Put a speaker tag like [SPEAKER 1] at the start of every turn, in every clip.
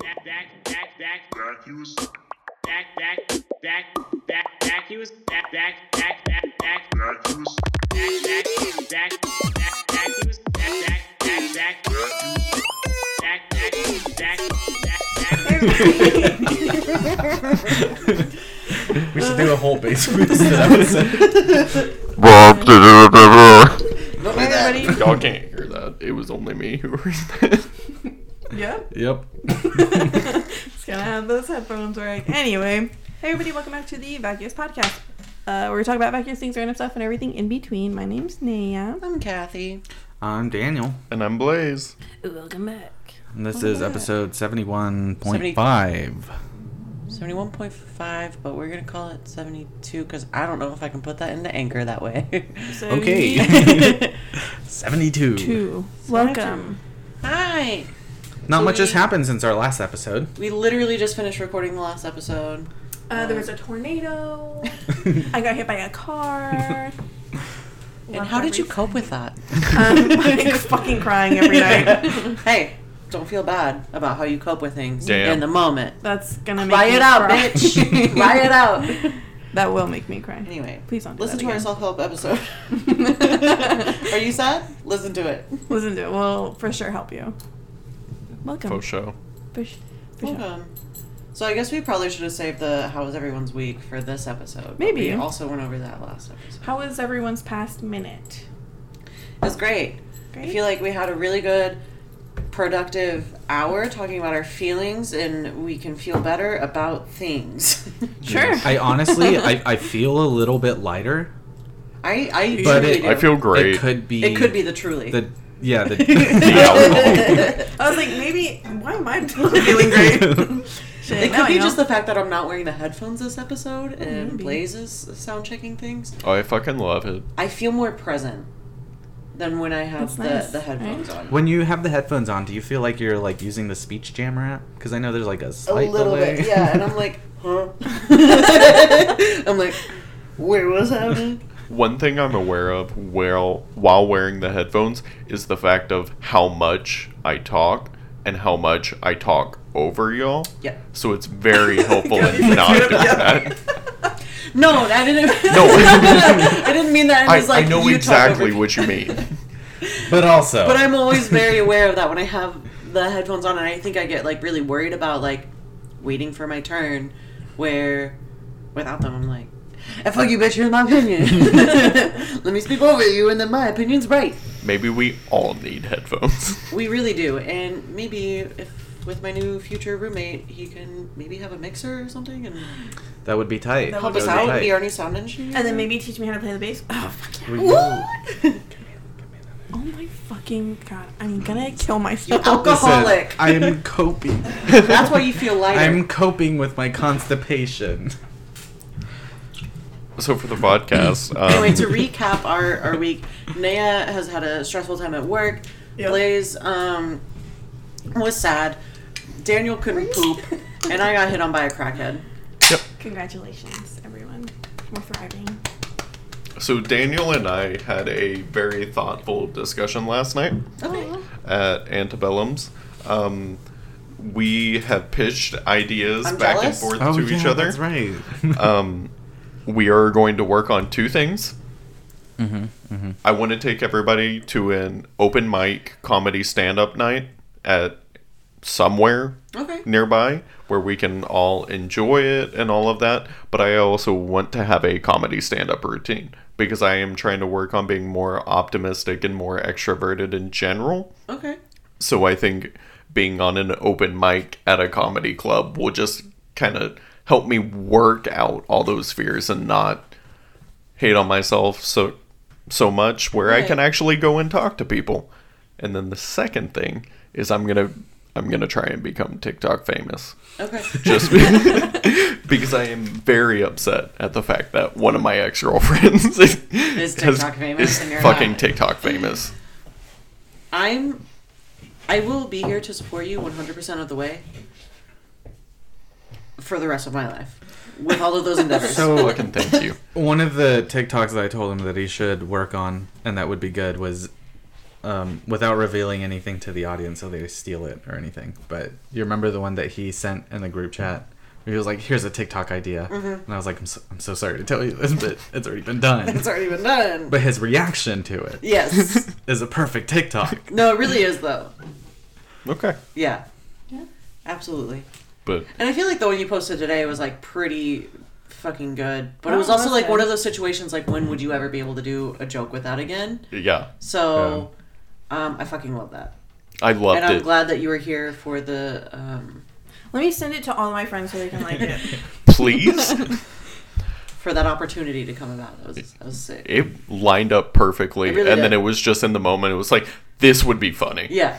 [SPEAKER 1] back, back, back, vacuous, back, back, back, back, vacuous, back, back, back, back, back, vacuous, back, back, back, back, vacuous, back, back, back, back, vacuous, back, back, back, back, back.
[SPEAKER 2] We should do a whole bass boosted episode.
[SPEAKER 3] Everybody,
[SPEAKER 4] Y'all can't hear that. It was only me who heard that.
[SPEAKER 3] yep.
[SPEAKER 2] Yep.
[SPEAKER 3] Just gonna have those headphones work. Anyway, hey everybody, welcome back to the Vacuous Podcast. Uh, where we talk about vacuous things, random stuff, and everything in between. My name's Naya.
[SPEAKER 5] I'm Kathy.
[SPEAKER 2] I'm Daniel.
[SPEAKER 4] And I'm Blaze.
[SPEAKER 5] Welcome back.
[SPEAKER 2] And this
[SPEAKER 5] Oh,
[SPEAKER 2] is episode 71.5.
[SPEAKER 5] 71.5, but we're going to call it 72 because I don't know if I can put that into anchor that way.
[SPEAKER 3] So
[SPEAKER 2] Okay. 72.
[SPEAKER 3] Two. Welcome.
[SPEAKER 5] Hi!
[SPEAKER 2] Not much has
[SPEAKER 5] we-
[SPEAKER 2] happened since our last episode.
[SPEAKER 5] We literally just finished recording the last episode.
[SPEAKER 3] Uh, there was a tornado. I got hit by a car.
[SPEAKER 5] and how did you cope with that?
[SPEAKER 3] Um, I'm like fucking crying every night.
[SPEAKER 5] hey, don't feel bad about how you cope with things
[SPEAKER 4] Damn.
[SPEAKER 5] in the moment.
[SPEAKER 3] That's gonna make
[SPEAKER 5] Buy
[SPEAKER 3] me
[SPEAKER 5] it out,
[SPEAKER 3] cry.
[SPEAKER 5] bitch! Buy it out!
[SPEAKER 3] That will make me cry.
[SPEAKER 5] Anyway,
[SPEAKER 3] Please don't do
[SPEAKER 5] listen
[SPEAKER 3] that
[SPEAKER 5] to our
[SPEAKER 3] again.
[SPEAKER 5] self help episode. Are you sad? Listen to it.
[SPEAKER 3] Listen to it. We'll for sure help you. Welcome.
[SPEAKER 4] Faux show.
[SPEAKER 3] Push. Push.
[SPEAKER 5] Welcome. So I guess we probably should have saved the how was everyone's week for this episode. but
[SPEAKER 3] Maybe.
[SPEAKER 5] we also went over that last episode.
[SPEAKER 3] How was everyone's past minute?
[SPEAKER 5] It was great.
[SPEAKER 3] Great.
[SPEAKER 5] I feel like we had a really good, productive hour talking about our feelings, and we can feel better about things.
[SPEAKER 3] sure.
[SPEAKER 2] I honestly, I, I feel a little bit lighter.
[SPEAKER 5] I I
[SPEAKER 2] But
[SPEAKER 5] truly
[SPEAKER 2] it-
[SPEAKER 5] do.
[SPEAKER 4] I feel great.
[SPEAKER 2] It could be.
[SPEAKER 5] it could be the truly.
[SPEAKER 2] The, yeah, the,
[SPEAKER 3] I was like, maybe why am I feeling great? Shit,
[SPEAKER 5] It
[SPEAKER 3] now
[SPEAKER 5] could
[SPEAKER 3] I
[SPEAKER 5] be
[SPEAKER 3] know.
[SPEAKER 5] just the fact that I'm not wearing the headphones this episode and
[SPEAKER 3] maybe.
[SPEAKER 5] Blaze's sound checking things.
[SPEAKER 4] I fucking love it.
[SPEAKER 5] I feel more present than when I
[SPEAKER 3] That's
[SPEAKER 5] have the,
[SPEAKER 3] nice,
[SPEAKER 5] the headphones on.
[SPEAKER 2] When you have the headphones on, do you feel like you're like using the speech jammer app? Because I know there's like a
[SPEAKER 5] a
[SPEAKER 2] slight
[SPEAKER 5] little
[SPEAKER 2] delay.
[SPEAKER 5] bit, yeah. And I'm like, huh? I'm like, where was happening?
[SPEAKER 4] One thing I'm aware of while while wearing the headphones is the fact of how much I talk and how much I talk over y'all.
[SPEAKER 5] Yeah.
[SPEAKER 4] So it's very helpful
[SPEAKER 3] Yeah,
[SPEAKER 4] in not doing that.
[SPEAKER 5] No, I didn't.
[SPEAKER 4] No.
[SPEAKER 5] I didn't mean that.
[SPEAKER 4] I,
[SPEAKER 5] I, was like,
[SPEAKER 4] I know
[SPEAKER 5] you
[SPEAKER 4] exactly
[SPEAKER 5] talk over-
[SPEAKER 4] what you mean.
[SPEAKER 2] But also,
[SPEAKER 5] But I'm always very aware of that when I have the headphones on, and I think I get like really worried about like waiting for my turn, where without them I'm like. And fuck you, bitch, you're my opinion. Let me speak over you, and then my opinion's right.
[SPEAKER 4] Maybe we all need headphones.
[SPEAKER 5] We really do, and maybe if with my new future roommate, he can maybe have a mixer or something and
[SPEAKER 2] that would be tight.
[SPEAKER 3] That
[SPEAKER 5] help
[SPEAKER 2] That
[SPEAKER 5] us
[SPEAKER 2] would
[SPEAKER 5] out.
[SPEAKER 2] be
[SPEAKER 5] and
[SPEAKER 2] tight.
[SPEAKER 5] Be our new sound engineer.
[SPEAKER 3] and then maybe teach me how to play the bass. Oh fuck yeah.
[SPEAKER 2] We will.
[SPEAKER 3] Oh my fucking god! I'm gonna kill
[SPEAKER 5] you
[SPEAKER 3] myself.
[SPEAKER 2] Listen,
[SPEAKER 5] alcoholic.
[SPEAKER 2] I am coping.
[SPEAKER 5] That's why you feel lighter.
[SPEAKER 2] I'm coping with my constipation.
[SPEAKER 4] So for the podcast, um,
[SPEAKER 5] anyway, to recap our, our week, Naya has had a stressful time at work.
[SPEAKER 3] Yeah.
[SPEAKER 5] Blaze um, was sad. Daniel couldn't poop, and I got hit on by a crackhead.
[SPEAKER 3] Congratulations, everyone. We're thriving.
[SPEAKER 4] so Daniel and I had a very thoughtful discussion last night.
[SPEAKER 5] Okay.
[SPEAKER 4] at Antebellum's. Um, we have pitched ideas
[SPEAKER 5] I'm
[SPEAKER 4] back
[SPEAKER 5] jealous.
[SPEAKER 4] and forth to each other.
[SPEAKER 2] Oh, That's right.
[SPEAKER 4] Um, we are going to work on two things.
[SPEAKER 2] Mm-hmm,
[SPEAKER 4] I want to take everybody to an open mic comedy stand up night at somewhere
[SPEAKER 5] Okay.
[SPEAKER 4] nearby where we can all enjoy it and all of that. But I also want to have a comedy stand up routine because I am trying to work on being more optimistic and more extroverted in general.
[SPEAKER 5] Okay.
[SPEAKER 4] So I think being on an open mic at a comedy club will just kind of help me work out all those fears and not hate on myself so so much where I
[SPEAKER 5] Right.
[SPEAKER 4] can actually go and talk to people. And then the second thing is I'm going to I'm going to try and become TikTok famous
[SPEAKER 5] Okay.
[SPEAKER 4] just be- because I am very upset at the fact that one of my ex-girlfriends is,
[SPEAKER 5] TikTok famous
[SPEAKER 4] is
[SPEAKER 5] and you're
[SPEAKER 4] fucking
[SPEAKER 5] not.
[SPEAKER 4] TikTok famous.
[SPEAKER 5] I'm. I will be here to support you 100% of the way for the rest of my life with all of those endeavors.
[SPEAKER 2] So
[SPEAKER 4] Fucking thank you.
[SPEAKER 2] one of the TikToks that I told him that he should work on, and that would be good, was um, without revealing anything to the audience so they steal it or anything. But you remember the one that he sent in the group chat? Where he was like, "Here's a TikTok idea,"
[SPEAKER 5] Mm-hmm.
[SPEAKER 2] and I was like, I'm so, "I'm so sorry to tell you this, but it's already been done."
[SPEAKER 5] It's already been done.
[SPEAKER 2] but his reaction to it is
[SPEAKER 5] yes.
[SPEAKER 2] a perfect TikTok.
[SPEAKER 5] No, it really is though.
[SPEAKER 4] Okay.
[SPEAKER 5] Yeah.
[SPEAKER 3] Yeah.
[SPEAKER 5] Absolutely.
[SPEAKER 4] But
[SPEAKER 5] And I feel like the one you posted today was like pretty fucking good. But it
[SPEAKER 3] Oh,
[SPEAKER 5] was also like
[SPEAKER 3] okay.
[SPEAKER 5] one of those situations like when would you ever be able to do a joke with that again?
[SPEAKER 4] yeah,
[SPEAKER 5] So um, I fucking love that.
[SPEAKER 4] I loved
[SPEAKER 5] and I'm
[SPEAKER 4] it.
[SPEAKER 5] glad that you were here for the um,
[SPEAKER 3] Let me send it to all my friends so they can like it.
[SPEAKER 4] Please.
[SPEAKER 5] for that opportunity to come about. That was that was sick.
[SPEAKER 4] it lined up perfectly
[SPEAKER 5] It really
[SPEAKER 4] and then
[SPEAKER 5] did.
[SPEAKER 4] it was just in the moment it was like this would be funny
[SPEAKER 5] Yeah.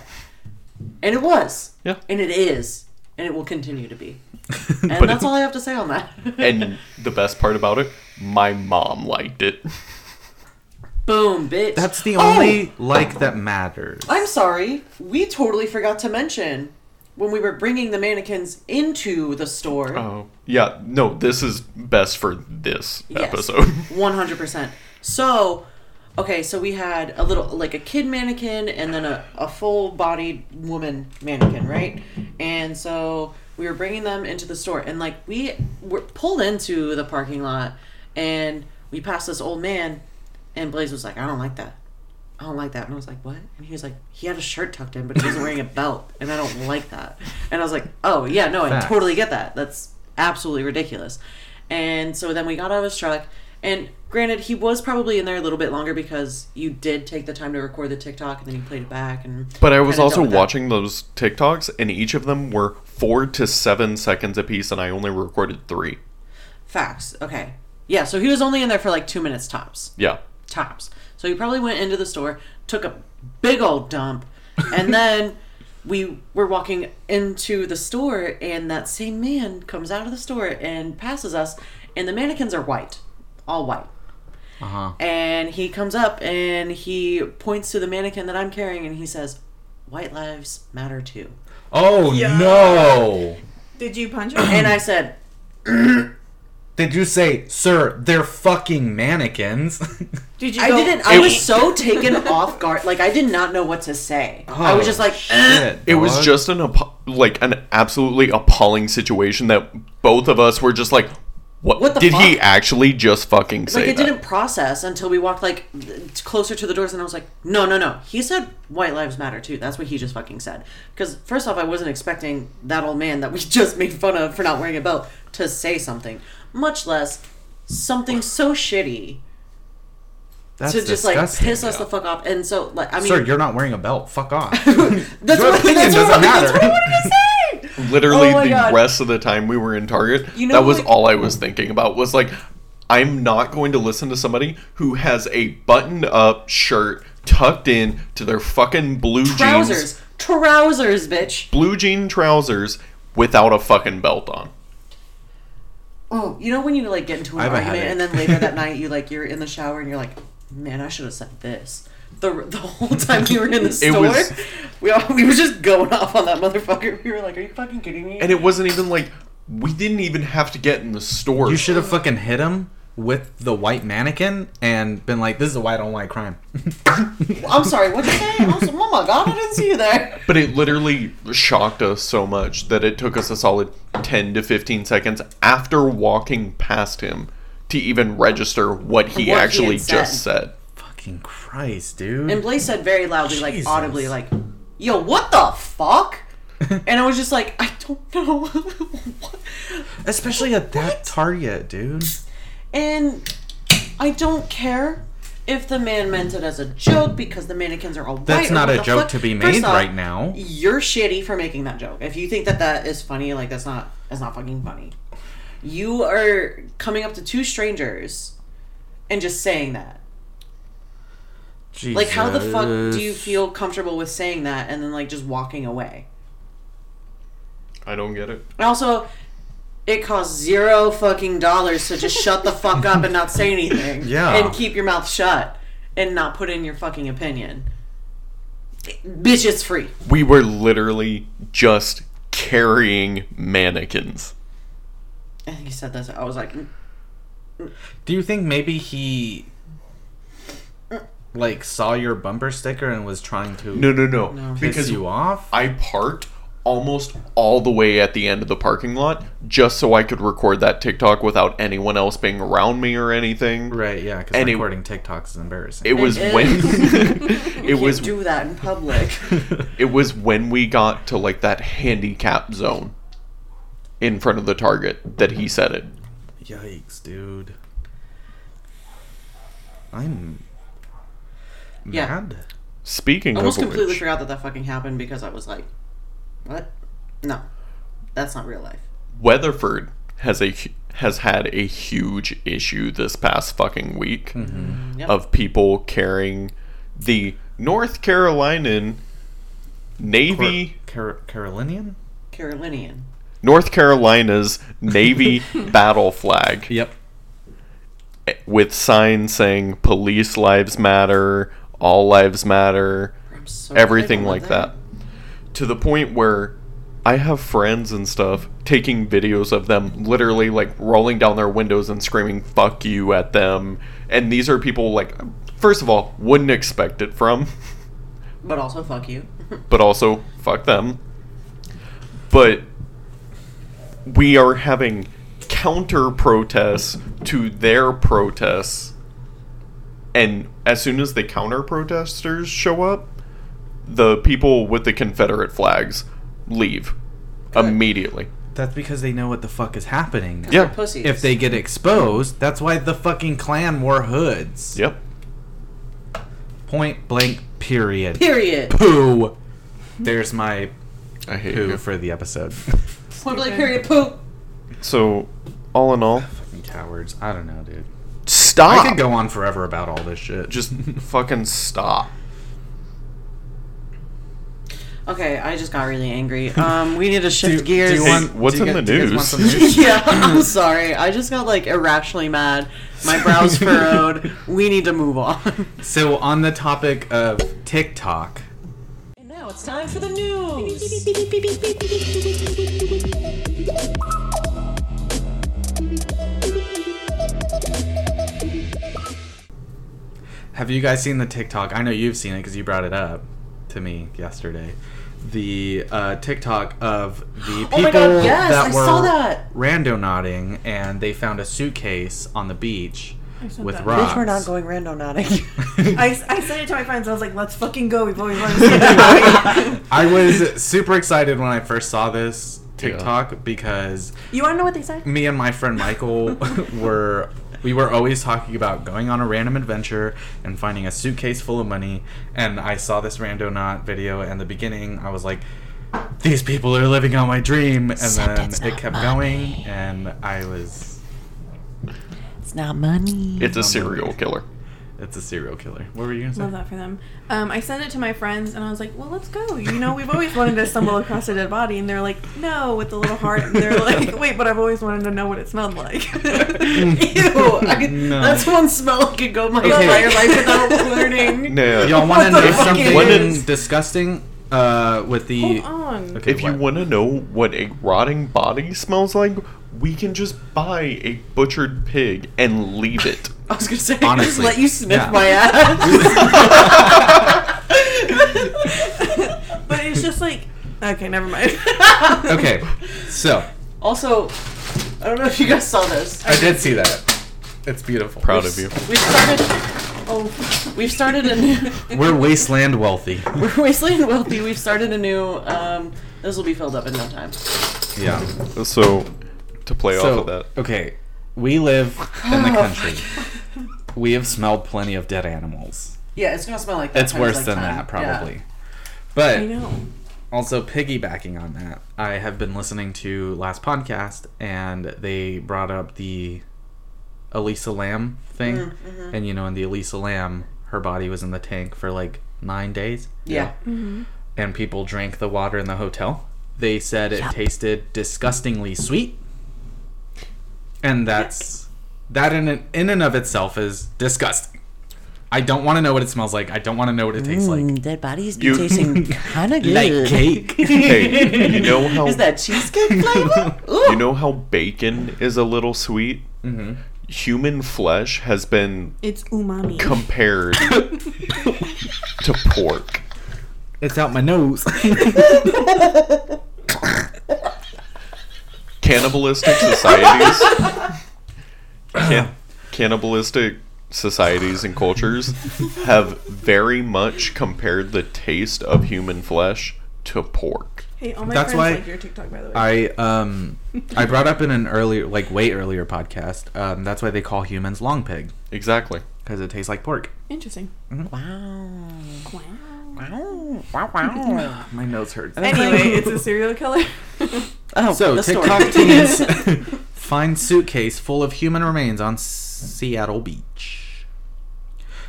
[SPEAKER 5] And it was.
[SPEAKER 4] Yeah.
[SPEAKER 5] And it is. And it will continue to be. And
[SPEAKER 4] But
[SPEAKER 5] that's
[SPEAKER 4] it-
[SPEAKER 5] all I have to say on that.
[SPEAKER 4] and the best part about it my mom liked it
[SPEAKER 5] boom, bitch.
[SPEAKER 2] That's the
[SPEAKER 5] Oh!
[SPEAKER 2] only like that matters.
[SPEAKER 5] I'm sorry. We totally forgot to mention when we were bringing the mannequins into the store.
[SPEAKER 4] oh yeah no this is best for this
[SPEAKER 5] Yes.
[SPEAKER 4] episode
[SPEAKER 5] 100%. So, okay, so we had a little, like a kid mannequin and then a, a full bodied woman mannequin, right? And so we were bringing them into the store. And, like, we were pulled into the parking lot and we passed this old man, and Blaze was like, I don't like that. I don't like that. And I was like, what? And he was like, he had a shirt tucked in, but he wasn't wearing a belt. And I don't like that. And I was like, oh, yeah, no, I
[SPEAKER 2] Facts.
[SPEAKER 5] totally get that. That's absolutely ridiculous. And so then we got out of his truck. And granted, he was probably in there a little bit longer because you did take the time to record the TikTok and then you played it back. And
[SPEAKER 4] but i was
[SPEAKER 5] kinda
[SPEAKER 4] also
[SPEAKER 5] dealt with that.
[SPEAKER 4] watching those tiktoks and each of them were four to seven seconds apiece and i only recorded three
[SPEAKER 5] Facts. Okay. Yeah, so he was only in there for like two minutes tops.
[SPEAKER 4] yeah
[SPEAKER 5] tops. So he probably went into the store, took a big old dump, and then we were walking into the store, and that same man comes out of the store and passes us, and the mannequins are white, all white.
[SPEAKER 2] Uh
[SPEAKER 5] Uh-huh.
[SPEAKER 2] huh.
[SPEAKER 5] And he comes up and he points to the mannequin that I'm carrying, and he says, "White lives matter too."
[SPEAKER 2] Oh
[SPEAKER 3] Yeah.
[SPEAKER 2] no!
[SPEAKER 3] Did you punch him?
[SPEAKER 5] And I said,
[SPEAKER 2] Did you say, sir? They're fucking mannequins.
[SPEAKER 3] Did you?
[SPEAKER 5] "I
[SPEAKER 3] go,
[SPEAKER 5] didn't." I was so taken off guard, like I did not know what to say. I
[SPEAKER 2] Oh,
[SPEAKER 5] was just like, "Eh."
[SPEAKER 4] it was
[SPEAKER 2] dog.
[SPEAKER 4] just an apo- like an absolutely appalling situation that both of us were just like what,
[SPEAKER 5] What the
[SPEAKER 4] did he
[SPEAKER 5] fuck?
[SPEAKER 4] actually just fucking say
[SPEAKER 5] like it
[SPEAKER 4] that?
[SPEAKER 5] didn't process until we walked like th- closer to the doors and i was like no no no he said white lives matter too that's what he just fucking said because first off i wasn't expecting that old man that we just made fun of for not wearing a belt to say something much less something so shitty
[SPEAKER 2] That's
[SPEAKER 5] to just
[SPEAKER 2] disgusting.
[SPEAKER 5] like piss us the fuck off and so like i mean
[SPEAKER 2] Sir, you're not wearing a belt. Fuck off.
[SPEAKER 5] that's,
[SPEAKER 2] your
[SPEAKER 5] what,
[SPEAKER 2] opinion
[SPEAKER 5] that's,
[SPEAKER 2] doesn't
[SPEAKER 5] what, that's
[SPEAKER 2] matter.
[SPEAKER 5] what i wanted to say
[SPEAKER 4] literally
[SPEAKER 5] Oh my
[SPEAKER 4] the
[SPEAKER 5] God.
[SPEAKER 4] rest of the time we were in Target,
[SPEAKER 5] You know,
[SPEAKER 4] that was
[SPEAKER 5] like-
[SPEAKER 4] all I was thinking about was like, I'm not going to listen to somebody who has a buttoned up shirt tucked in to their fucking blue jeans,
[SPEAKER 5] trousers trousers bitch
[SPEAKER 4] blue jean trousers without a fucking belt on.
[SPEAKER 5] Oh, you know when you like get into
[SPEAKER 2] I
[SPEAKER 5] an
[SPEAKER 2] have a
[SPEAKER 5] argument
[SPEAKER 2] headache.
[SPEAKER 5] and then later that night you like you're in the shower and you're like, man, I should have said this. The, the whole time you were in the store,
[SPEAKER 4] was-
[SPEAKER 5] we all, we were just going off on that motherfucker. We were like, are you fucking kidding me?
[SPEAKER 4] And it wasn't even like we didn't even have to get in the store.
[SPEAKER 2] You should have fucking hit him with the white mannequin and been like, "This is a white on white crime."
[SPEAKER 5] I'm sorry, what'd you say? Also, oh my god, I didn't see you there.
[SPEAKER 4] But it literally shocked us so much that it took us a solid 10 to 15 seconds after walking past him to even register what he
[SPEAKER 5] What he had
[SPEAKER 4] actually
[SPEAKER 5] said.
[SPEAKER 4] just said.
[SPEAKER 2] fucking Christ, dude.
[SPEAKER 5] And Blaze said very loudly, like
[SPEAKER 2] Jesus.
[SPEAKER 5] audibly, like, yo, what the fuck? And I was just like, I don't know. What?
[SPEAKER 2] Especially at that Target, dude.
[SPEAKER 5] And I don't care if the man meant it as a joke because the mannequins are all white.
[SPEAKER 2] That's
[SPEAKER 5] or
[SPEAKER 2] not
[SPEAKER 5] what
[SPEAKER 2] a
[SPEAKER 5] the
[SPEAKER 2] joke
[SPEAKER 5] fuck.
[SPEAKER 2] to be
[SPEAKER 5] First
[SPEAKER 2] made
[SPEAKER 5] off,
[SPEAKER 2] right now.
[SPEAKER 5] You're shitty for making that joke. If you think that that is funny, like that's not that's not fucking funny. You are coming up to two strangers and just saying that.
[SPEAKER 2] Jesus.
[SPEAKER 5] Like how the fuck do you feel comfortable with saying that and then like just walking away?
[SPEAKER 4] I don't get it.
[SPEAKER 5] And also it costs zero fucking dollars to just shut the fuck up and not say anything.
[SPEAKER 2] Yeah.
[SPEAKER 5] And keep your mouth shut and not put in your fucking opinion. Bitch, it's free.
[SPEAKER 4] We were literally just carrying mannequins.
[SPEAKER 5] I think you said that. so I was like, mm,
[SPEAKER 2] Do you think maybe he like saw your bumper sticker and was trying to
[SPEAKER 4] No, no, no.
[SPEAKER 5] No.
[SPEAKER 2] piss
[SPEAKER 4] Because
[SPEAKER 2] you off?
[SPEAKER 4] I parked almost all the way at the end of the parking lot just so I could record that TikTok without anyone else being around me or anything.
[SPEAKER 2] right, yeah, because
[SPEAKER 4] Any-
[SPEAKER 2] recording TikToks is embarrassing.
[SPEAKER 4] It was
[SPEAKER 5] It
[SPEAKER 4] when
[SPEAKER 5] You
[SPEAKER 4] it
[SPEAKER 5] can't
[SPEAKER 4] was
[SPEAKER 5] do that in public.
[SPEAKER 4] it was when we got to like that handicap zone in front of the target that he said it.
[SPEAKER 2] Yikes, dude. I'm
[SPEAKER 5] Yeah.
[SPEAKER 2] mad.
[SPEAKER 4] Speaking
[SPEAKER 5] Almost
[SPEAKER 4] of
[SPEAKER 5] completely
[SPEAKER 4] which,
[SPEAKER 5] forgot that that fucking happened because I was like, what? No, that's not real life.
[SPEAKER 4] Weatherford has a hu- has had a huge issue this past fucking week
[SPEAKER 5] Yep.
[SPEAKER 4] of people carrying the North Carolinian Navy
[SPEAKER 2] Car- Carolinian?
[SPEAKER 5] Carolinian.
[SPEAKER 4] North Carolina's Navy battle flag
[SPEAKER 2] Yep.
[SPEAKER 4] with signs saying police lives matter, all lives matter,
[SPEAKER 5] I'm so glad
[SPEAKER 4] everything
[SPEAKER 5] I went
[SPEAKER 4] like that. To the point where I have friends and stuff taking videos of them literally like rolling down their windows and screaming fuck you at them. And these are people like first of all, wouldn't expect it from,
[SPEAKER 5] But also, fuck you.
[SPEAKER 4] but also fuck them. But we are having counter protests to their protests. And as soon as the counter protesters show up, the people with the Confederate flags leave immediately.
[SPEAKER 2] That's because they know what the fuck is happening. now.
[SPEAKER 4] Yeah.
[SPEAKER 5] They're pussies.
[SPEAKER 2] If they get exposed, that's why the fucking clan wore hoods.
[SPEAKER 4] Yep.
[SPEAKER 2] Point blank, period.
[SPEAKER 5] Period.
[SPEAKER 2] Poo! There's my
[SPEAKER 4] I hate
[SPEAKER 2] poo
[SPEAKER 4] you.
[SPEAKER 2] for the episode.
[SPEAKER 5] Point blank, period, poop.
[SPEAKER 4] So, all in all,
[SPEAKER 2] fucking cowards. I don't know, dude.
[SPEAKER 4] stop.
[SPEAKER 2] I could go on forever about all this shit.
[SPEAKER 4] Just fucking stop.
[SPEAKER 5] Okay, I just got really angry. Um, we need to shift
[SPEAKER 2] Do- do
[SPEAKER 5] gears.
[SPEAKER 2] you
[SPEAKER 4] Hey,
[SPEAKER 2] want-
[SPEAKER 4] what's
[SPEAKER 2] do you
[SPEAKER 4] in
[SPEAKER 2] gu-
[SPEAKER 4] the
[SPEAKER 2] do you guys
[SPEAKER 4] news?
[SPEAKER 2] want some news?
[SPEAKER 5] yeah, I'm sorry. I just got like irrationally mad. My brows furrowed. We need to move on.
[SPEAKER 2] so, on the topic of TikTok,
[SPEAKER 5] And now it's time for the news.
[SPEAKER 2] Have you guys seen the TikTok? I know you've seen it because you brought it up to me yesterday. The uh, TikTok of the people
[SPEAKER 5] Oh my God, yes,
[SPEAKER 2] that
[SPEAKER 5] I
[SPEAKER 2] were
[SPEAKER 5] saw that.
[SPEAKER 2] rando nodding and they found a suitcase on the beach
[SPEAKER 3] saw
[SPEAKER 2] with
[SPEAKER 3] that.
[SPEAKER 2] rocks.
[SPEAKER 5] Bitch, we're not going rando nodding.
[SPEAKER 3] I, I sent it to my friends. I was like, let's fucking go. We've always wanted to see it.
[SPEAKER 2] I was super excited when I first saw this TikTok because
[SPEAKER 3] you want to know what they said?
[SPEAKER 2] me and my friend Michael were we were always talking about going on a random adventure and finding a suitcase full of money and I saw this rando not video and the beginning I was like these people are living on my dream and then it kept going and I was
[SPEAKER 5] it's not money.
[SPEAKER 4] It's a serial killer.
[SPEAKER 2] it's a serial killer. What were you gonna say?
[SPEAKER 3] Love that for them. Um, I sent it to my friends and I was like, well, let's go. You know, we've always wanted to stumble across a dead body. And they're like, no, with a little heart. And they're like, wait, but I've always wanted to know what it smelled like.
[SPEAKER 5] Ew, I,
[SPEAKER 2] No.
[SPEAKER 5] that's one smell I could go my
[SPEAKER 2] Okay.
[SPEAKER 5] entire life without learning.
[SPEAKER 4] Nah.
[SPEAKER 2] Y'all want to
[SPEAKER 5] What the
[SPEAKER 2] know
[SPEAKER 5] fuck
[SPEAKER 2] something
[SPEAKER 4] is-
[SPEAKER 2] disgusting? Uh, with the
[SPEAKER 3] Hold on.
[SPEAKER 2] Okay,
[SPEAKER 4] If you
[SPEAKER 2] what?
[SPEAKER 4] want to know what a rotting body smells like, we can just buy a butchered pig and leave it.
[SPEAKER 5] I was gonna say, just
[SPEAKER 2] Honestly,
[SPEAKER 5] let you sniff
[SPEAKER 2] yeah.
[SPEAKER 5] my ass.
[SPEAKER 3] but it's just like, okay, never mind.
[SPEAKER 2] okay, so
[SPEAKER 5] Also, I don't know if you guys saw this.
[SPEAKER 2] I did see that. It's beautiful.
[SPEAKER 4] Proud of you.
[SPEAKER 5] We've started. Oh, we've started a new.
[SPEAKER 2] We're wasteland wealthy.
[SPEAKER 5] we're wasteland wealthy. We've started a new. Um, this will be filled up in no time.
[SPEAKER 2] Yeah.
[SPEAKER 4] So, to play
[SPEAKER 2] So
[SPEAKER 4] off of that,
[SPEAKER 2] okay, we live in
[SPEAKER 5] Oh,
[SPEAKER 2] the country. we have smelled plenty of dead animals.
[SPEAKER 5] Yeah, it's gonna smell like that.
[SPEAKER 2] It's
[SPEAKER 5] times,
[SPEAKER 2] worse
[SPEAKER 5] like,
[SPEAKER 2] than
[SPEAKER 5] time.
[SPEAKER 2] that, probably.
[SPEAKER 5] Yeah.
[SPEAKER 3] I
[SPEAKER 2] But
[SPEAKER 3] know.
[SPEAKER 2] also piggybacking on that, I have been listening to last podcast, and they brought up the Elisa Lamb thing,
[SPEAKER 5] Mm-hmm.
[SPEAKER 2] and you know, in the Elisa Lamb, her body was in the tank for like nine days.
[SPEAKER 5] Yeah.
[SPEAKER 2] and people drank the water in the hotel. They said it tasted disgustingly sweet. And that's that in an, in and of itself is disgusting. I don't want to know what it smells like. I don't want to know what it tastes like.
[SPEAKER 5] Dead bodies
[SPEAKER 4] be You- tasting
[SPEAKER 5] kind of
[SPEAKER 2] Like cake.
[SPEAKER 4] hey, you know how
[SPEAKER 5] Is that cheesecake flavor? Ooh.
[SPEAKER 4] you know how bacon is a little sweet. human flesh has been
[SPEAKER 3] It's umami.
[SPEAKER 4] compared to pork.
[SPEAKER 2] It's out my nose.
[SPEAKER 4] Cannibalistic societies. can- cannibalistic societies and cultures have very much compared the taste of human flesh to pork.
[SPEAKER 3] hey, all my
[SPEAKER 2] That's
[SPEAKER 3] friends
[SPEAKER 2] why
[SPEAKER 3] like your TikTok, by the way.
[SPEAKER 2] I um I brought up in an earlier like way earlier podcast. Um, that's why they call humans long pig
[SPEAKER 4] Exactly.
[SPEAKER 2] because it tastes like pork.
[SPEAKER 3] Interesting.
[SPEAKER 2] Mm-hmm.
[SPEAKER 5] Wow.
[SPEAKER 3] Wow.
[SPEAKER 5] Wow. Wow. Wow.
[SPEAKER 2] My nose hurts.
[SPEAKER 3] Anyway, it's a serial killer.
[SPEAKER 5] Oh,
[SPEAKER 2] So
[SPEAKER 5] the story.
[SPEAKER 2] TikTok teens find suitcase full of human remains on Seattle Beach.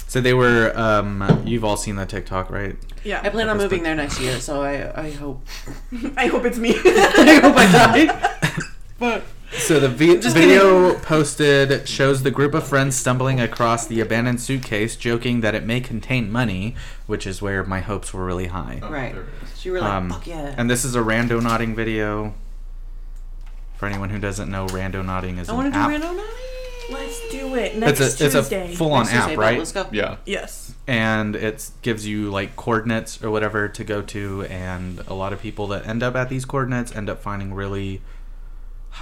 [SPEAKER 2] So they were. Um, you've all seen the TikTok, right?
[SPEAKER 3] yeah.
[SPEAKER 5] I plan on
[SPEAKER 2] That's
[SPEAKER 5] moving
[SPEAKER 2] the-
[SPEAKER 5] there next year, so I I hope
[SPEAKER 3] I hope it's me.
[SPEAKER 5] I hope I die. But
[SPEAKER 2] So the vi- video posted shows the group of friends stumbling across the abandoned suitcase, joking that it may contain money, which is where my hopes were really high.
[SPEAKER 5] right,
[SPEAKER 4] there it
[SPEAKER 5] so you were like,
[SPEAKER 2] Um,
[SPEAKER 5] fuck yeah.
[SPEAKER 2] And this is a rando nodding video. For anyone who doesn't know, rando nodding is
[SPEAKER 5] I
[SPEAKER 2] an
[SPEAKER 5] want to do
[SPEAKER 2] app.
[SPEAKER 5] random night.
[SPEAKER 3] Let's do it next
[SPEAKER 2] it's a it's
[SPEAKER 3] Tuesday.
[SPEAKER 2] a full on
[SPEAKER 5] Next Tuesday,
[SPEAKER 2] app,
[SPEAKER 5] but
[SPEAKER 2] right?
[SPEAKER 5] Let's go.
[SPEAKER 4] Yeah.
[SPEAKER 3] yes.
[SPEAKER 2] and it gives you like coordinates or whatever to go to and a lot of people that end up at these coordinates end up finding really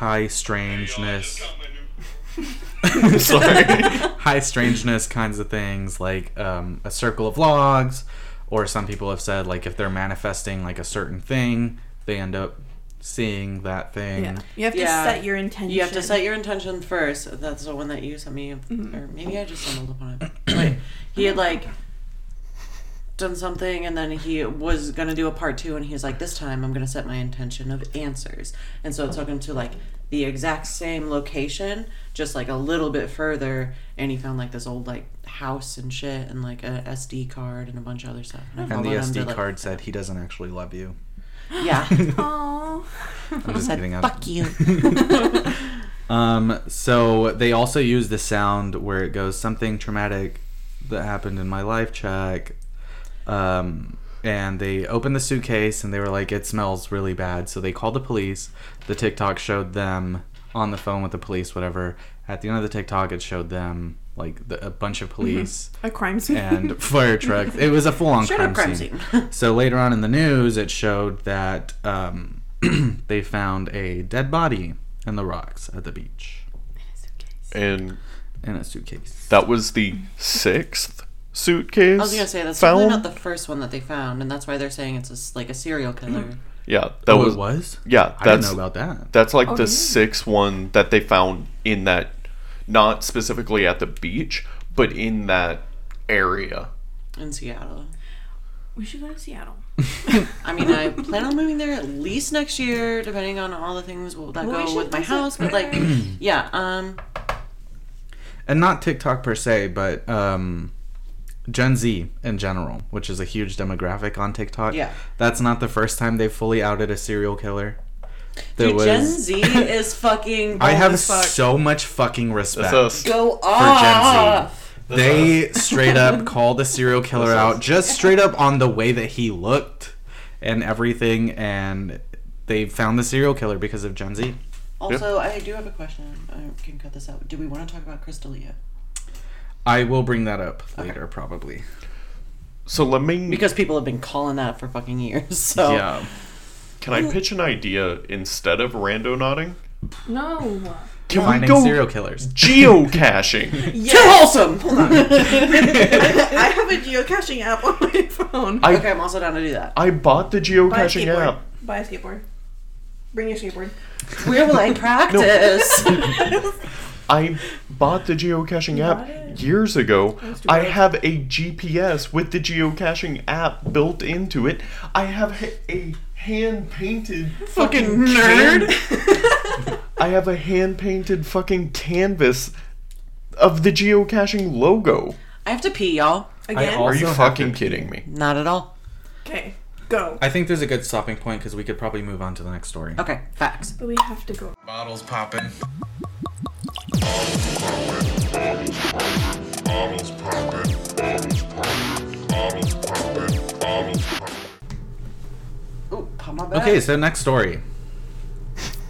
[SPEAKER 2] high strangeness
[SPEAKER 4] Sorry.
[SPEAKER 2] high strangeness kinds of things like um, a circle of logs or some people have said like if they're manifesting like a certain thing they end up seeing that thing
[SPEAKER 3] Yeah. You have to
[SPEAKER 5] Yeah.
[SPEAKER 3] set your intention. Mm-hmm.
[SPEAKER 5] You have to set your intention first. That's the one that you sent me, or maybe I just stumbled upon it. But he had like done something, and then he was gonna do a part two, and he's like, "This time I'm gonna set my intention of answers." And so it took him to like the exact same location, just like a little bit further, and he found like this old like house and shit, and like a SD card and a bunch of other stuff. I
[SPEAKER 2] and the
[SPEAKER 5] followed him to,
[SPEAKER 2] sd
[SPEAKER 5] like-
[SPEAKER 2] card said he doesn't actually love you
[SPEAKER 5] yeah.
[SPEAKER 3] Aww.
[SPEAKER 2] i'm just kidding I-
[SPEAKER 5] Fuck you.
[SPEAKER 2] Um, so they also use the sound where it goes something traumatic that happened in my life check. Um, and they opened the suitcase and they were like, it smells really bad. So they called the police. The TikTok showed them on the phone with the police, whatever. At the end of the TikTok, it showed them like the, a bunch
[SPEAKER 5] Mm-hmm.
[SPEAKER 2] of police
[SPEAKER 3] A crime scene.
[SPEAKER 2] and fire trucks. It was a full on
[SPEAKER 5] Straight up
[SPEAKER 2] crime,
[SPEAKER 5] crime
[SPEAKER 2] scene.
[SPEAKER 5] scene.
[SPEAKER 2] so later on in the news, it showed that um, they found a dead body in the rocks at the beach
[SPEAKER 4] and
[SPEAKER 2] in a suitcase.
[SPEAKER 4] that was the sixth suitcase.
[SPEAKER 5] I was gonna say that's
[SPEAKER 4] found.
[SPEAKER 5] probably not the first one that they found, and that's why they're saying it's a s like a serial killer.
[SPEAKER 4] yeah, that
[SPEAKER 2] oh,
[SPEAKER 4] was.
[SPEAKER 2] it was.
[SPEAKER 4] Yeah,
[SPEAKER 2] I didn't
[SPEAKER 4] that's
[SPEAKER 2] know about that.
[SPEAKER 4] that's
[SPEAKER 5] Oh,
[SPEAKER 4] like the sixth one that they found in that, not specifically at the beach, but in that area.
[SPEAKER 5] in Seattle.
[SPEAKER 3] We should go to Seattle.
[SPEAKER 5] I mean, I plan on moving there at least next year, depending on all the things will- that
[SPEAKER 3] Well, we
[SPEAKER 5] go
[SPEAKER 3] should
[SPEAKER 5] with my
[SPEAKER 3] visit
[SPEAKER 5] house. But like, yeah, um,
[SPEAKER 2] And not TikTok per se, but um, Gen Z in general, which is a huge demographic on TikTok.
[SPEAKER 5] Yeah.
[SPEAKER 2] that's not the first time they've fully outed a serial killer. There
[SPEAKER 5] dude, Gen Z is fucking.
[SPEAKER 2] I have
[SPEAKER 5] bold as fuck.
[SPEAKER 2] so much fucking respect.
[SPEAKER 4] That's us.
[SPEAKER 5] go
[SPEAKER 2] Gen Z.
[SPEAKER 5] off.
[SPEAKER 2] They straight up called the serial killer out, just straight up on the way that he looked and everything, and they found the serial killer because of Gen Z.
[SPEAKER 5] Also, I do have a question. I can cut this out. Do we want to talk about Crystalia?
[SPEAKER 2] I will bring that up later, probably.
[SPEAKER 4] So let me.
[SPEAKER 5] Because people have been calling that for fucking years. So
[SPEAKER 2] Yeah.
[SPEAKER 4] can I pitch an idea instead of rando nodding?
[SPEAKER 3] No.
[SPEAKER 4] Can we
[SPEAKER 2] Finding
[SPEAKER 4] go
[SPEAKER 2] serial killers.
[SPEAKER 4] geocaching?
[SPEAKER 5] too wholesome. Hold on.
[SPEAKER 3] I have a geocaching app on my phone.
[SPEAKER 4] I
[SPEAKER 5] okay, I'm also down to do that.
[SPEAKER 4] I bought the
[SPEAKER 3] Buy a
[SPEAKER 4] geocaching
[SPEAKER 3] skateboard.
[SPEAKER 4] app.
[SPEAKER 3] Buy a skateboard. Bring your skateboard.
[SPEAKER 5] Where will I practice?
[SPEAKER 4] I bought the geocaching
[SPEAKER 3] bought
[SPEAKER 4] app
[SPEAKER 3] it?
[SPEAKER 4] years ago.
[SPEAKER 3] too
[SPEAKER 4] I
[SPEAKER 3] bad.
[SPEAKER 4] have a GPS with the geocaching app built into it. I have h- a hand painted fucking nerd. I have a hand painted fucking canvas of the geocaching logo.
[SPEAKER 5] I have to pee, y'all.
[SPEAKER 2] I
[SPEAKER 3] Again.
[SPEAKER 4] Are
[SPEAKER 2] also
[SPEAKER 4] you
[SPEAKER 2] have
[SPEAKER 4] fucking
[SPEAKER 2] to-
[SPEAKER 4] kidding me?
[SPEAKER 5] Not at all.
[SPEAKER 3] Okay. Go.
[SPEAKER 2] I think there's a good stopping point because we could probably move on to the next story.
[SPEAKER 5] Okay, facts.
[SPEAKER 3] But we have to go.
[SPEAKER 2] Bottles popping.
[SPEAKER 5] Ooh, pop my back.
[SPEAKER 2] Okay, so next story.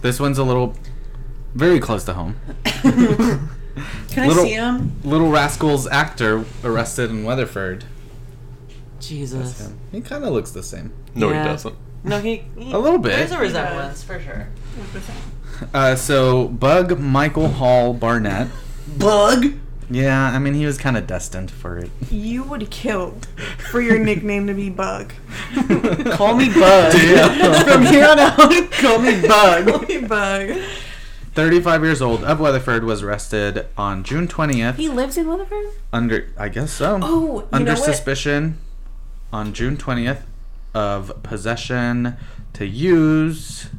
[SPEAKER 2] This one's a little very close to home.
[SPEAKER 5] Can
[SPEAKER 2] Little-
[SPEAKER 5] I see him?
[SPEAKER 2] Little Rascals actor arrested in Weatherford. That's
[SPEAKER 5] Jesus.
[SPEAKER 2] him. He kind of looks the same.
[SPEAKER 4] No,
[SPEAKER 5] Yeah.
[SPEAKER 4] he doesn't.
[SPEAKER 5] No, he, he-
[SPEAKER 2] A little bit.
[SPEAKER 5] There's a resemblance for sure.
[SPEAKER 2] Uh, so Bug Michael Hall Barnett.
[SPEAKER 5] Bug.
[SPEAKER 2] Yeah, I mean he was kind of destined for it.
[SPEAKER 3] You would kill for your nickname to be Bug.
[SPEAKER 5] Call me Bug.
[SPEAKER 2] Damn.
[SPEAKER 5] From here on out, call me
[SPEAKER 3] Call
[SPEAKER 5] Bug.
[SPEAKER 3] me Bug.
[SPEAKER 2] 35 years old of Weatherford was arrested on June 20th
[SPEAKER 3] He lives in Weatherford?
[SPEAKER 2] under I guess so.
[SPEAKER 3] Oh, you
[SPEAKER 2] under
[SPEAKER 3] know what?
[SPEAKER 2] suspicion on June 20th of possession to use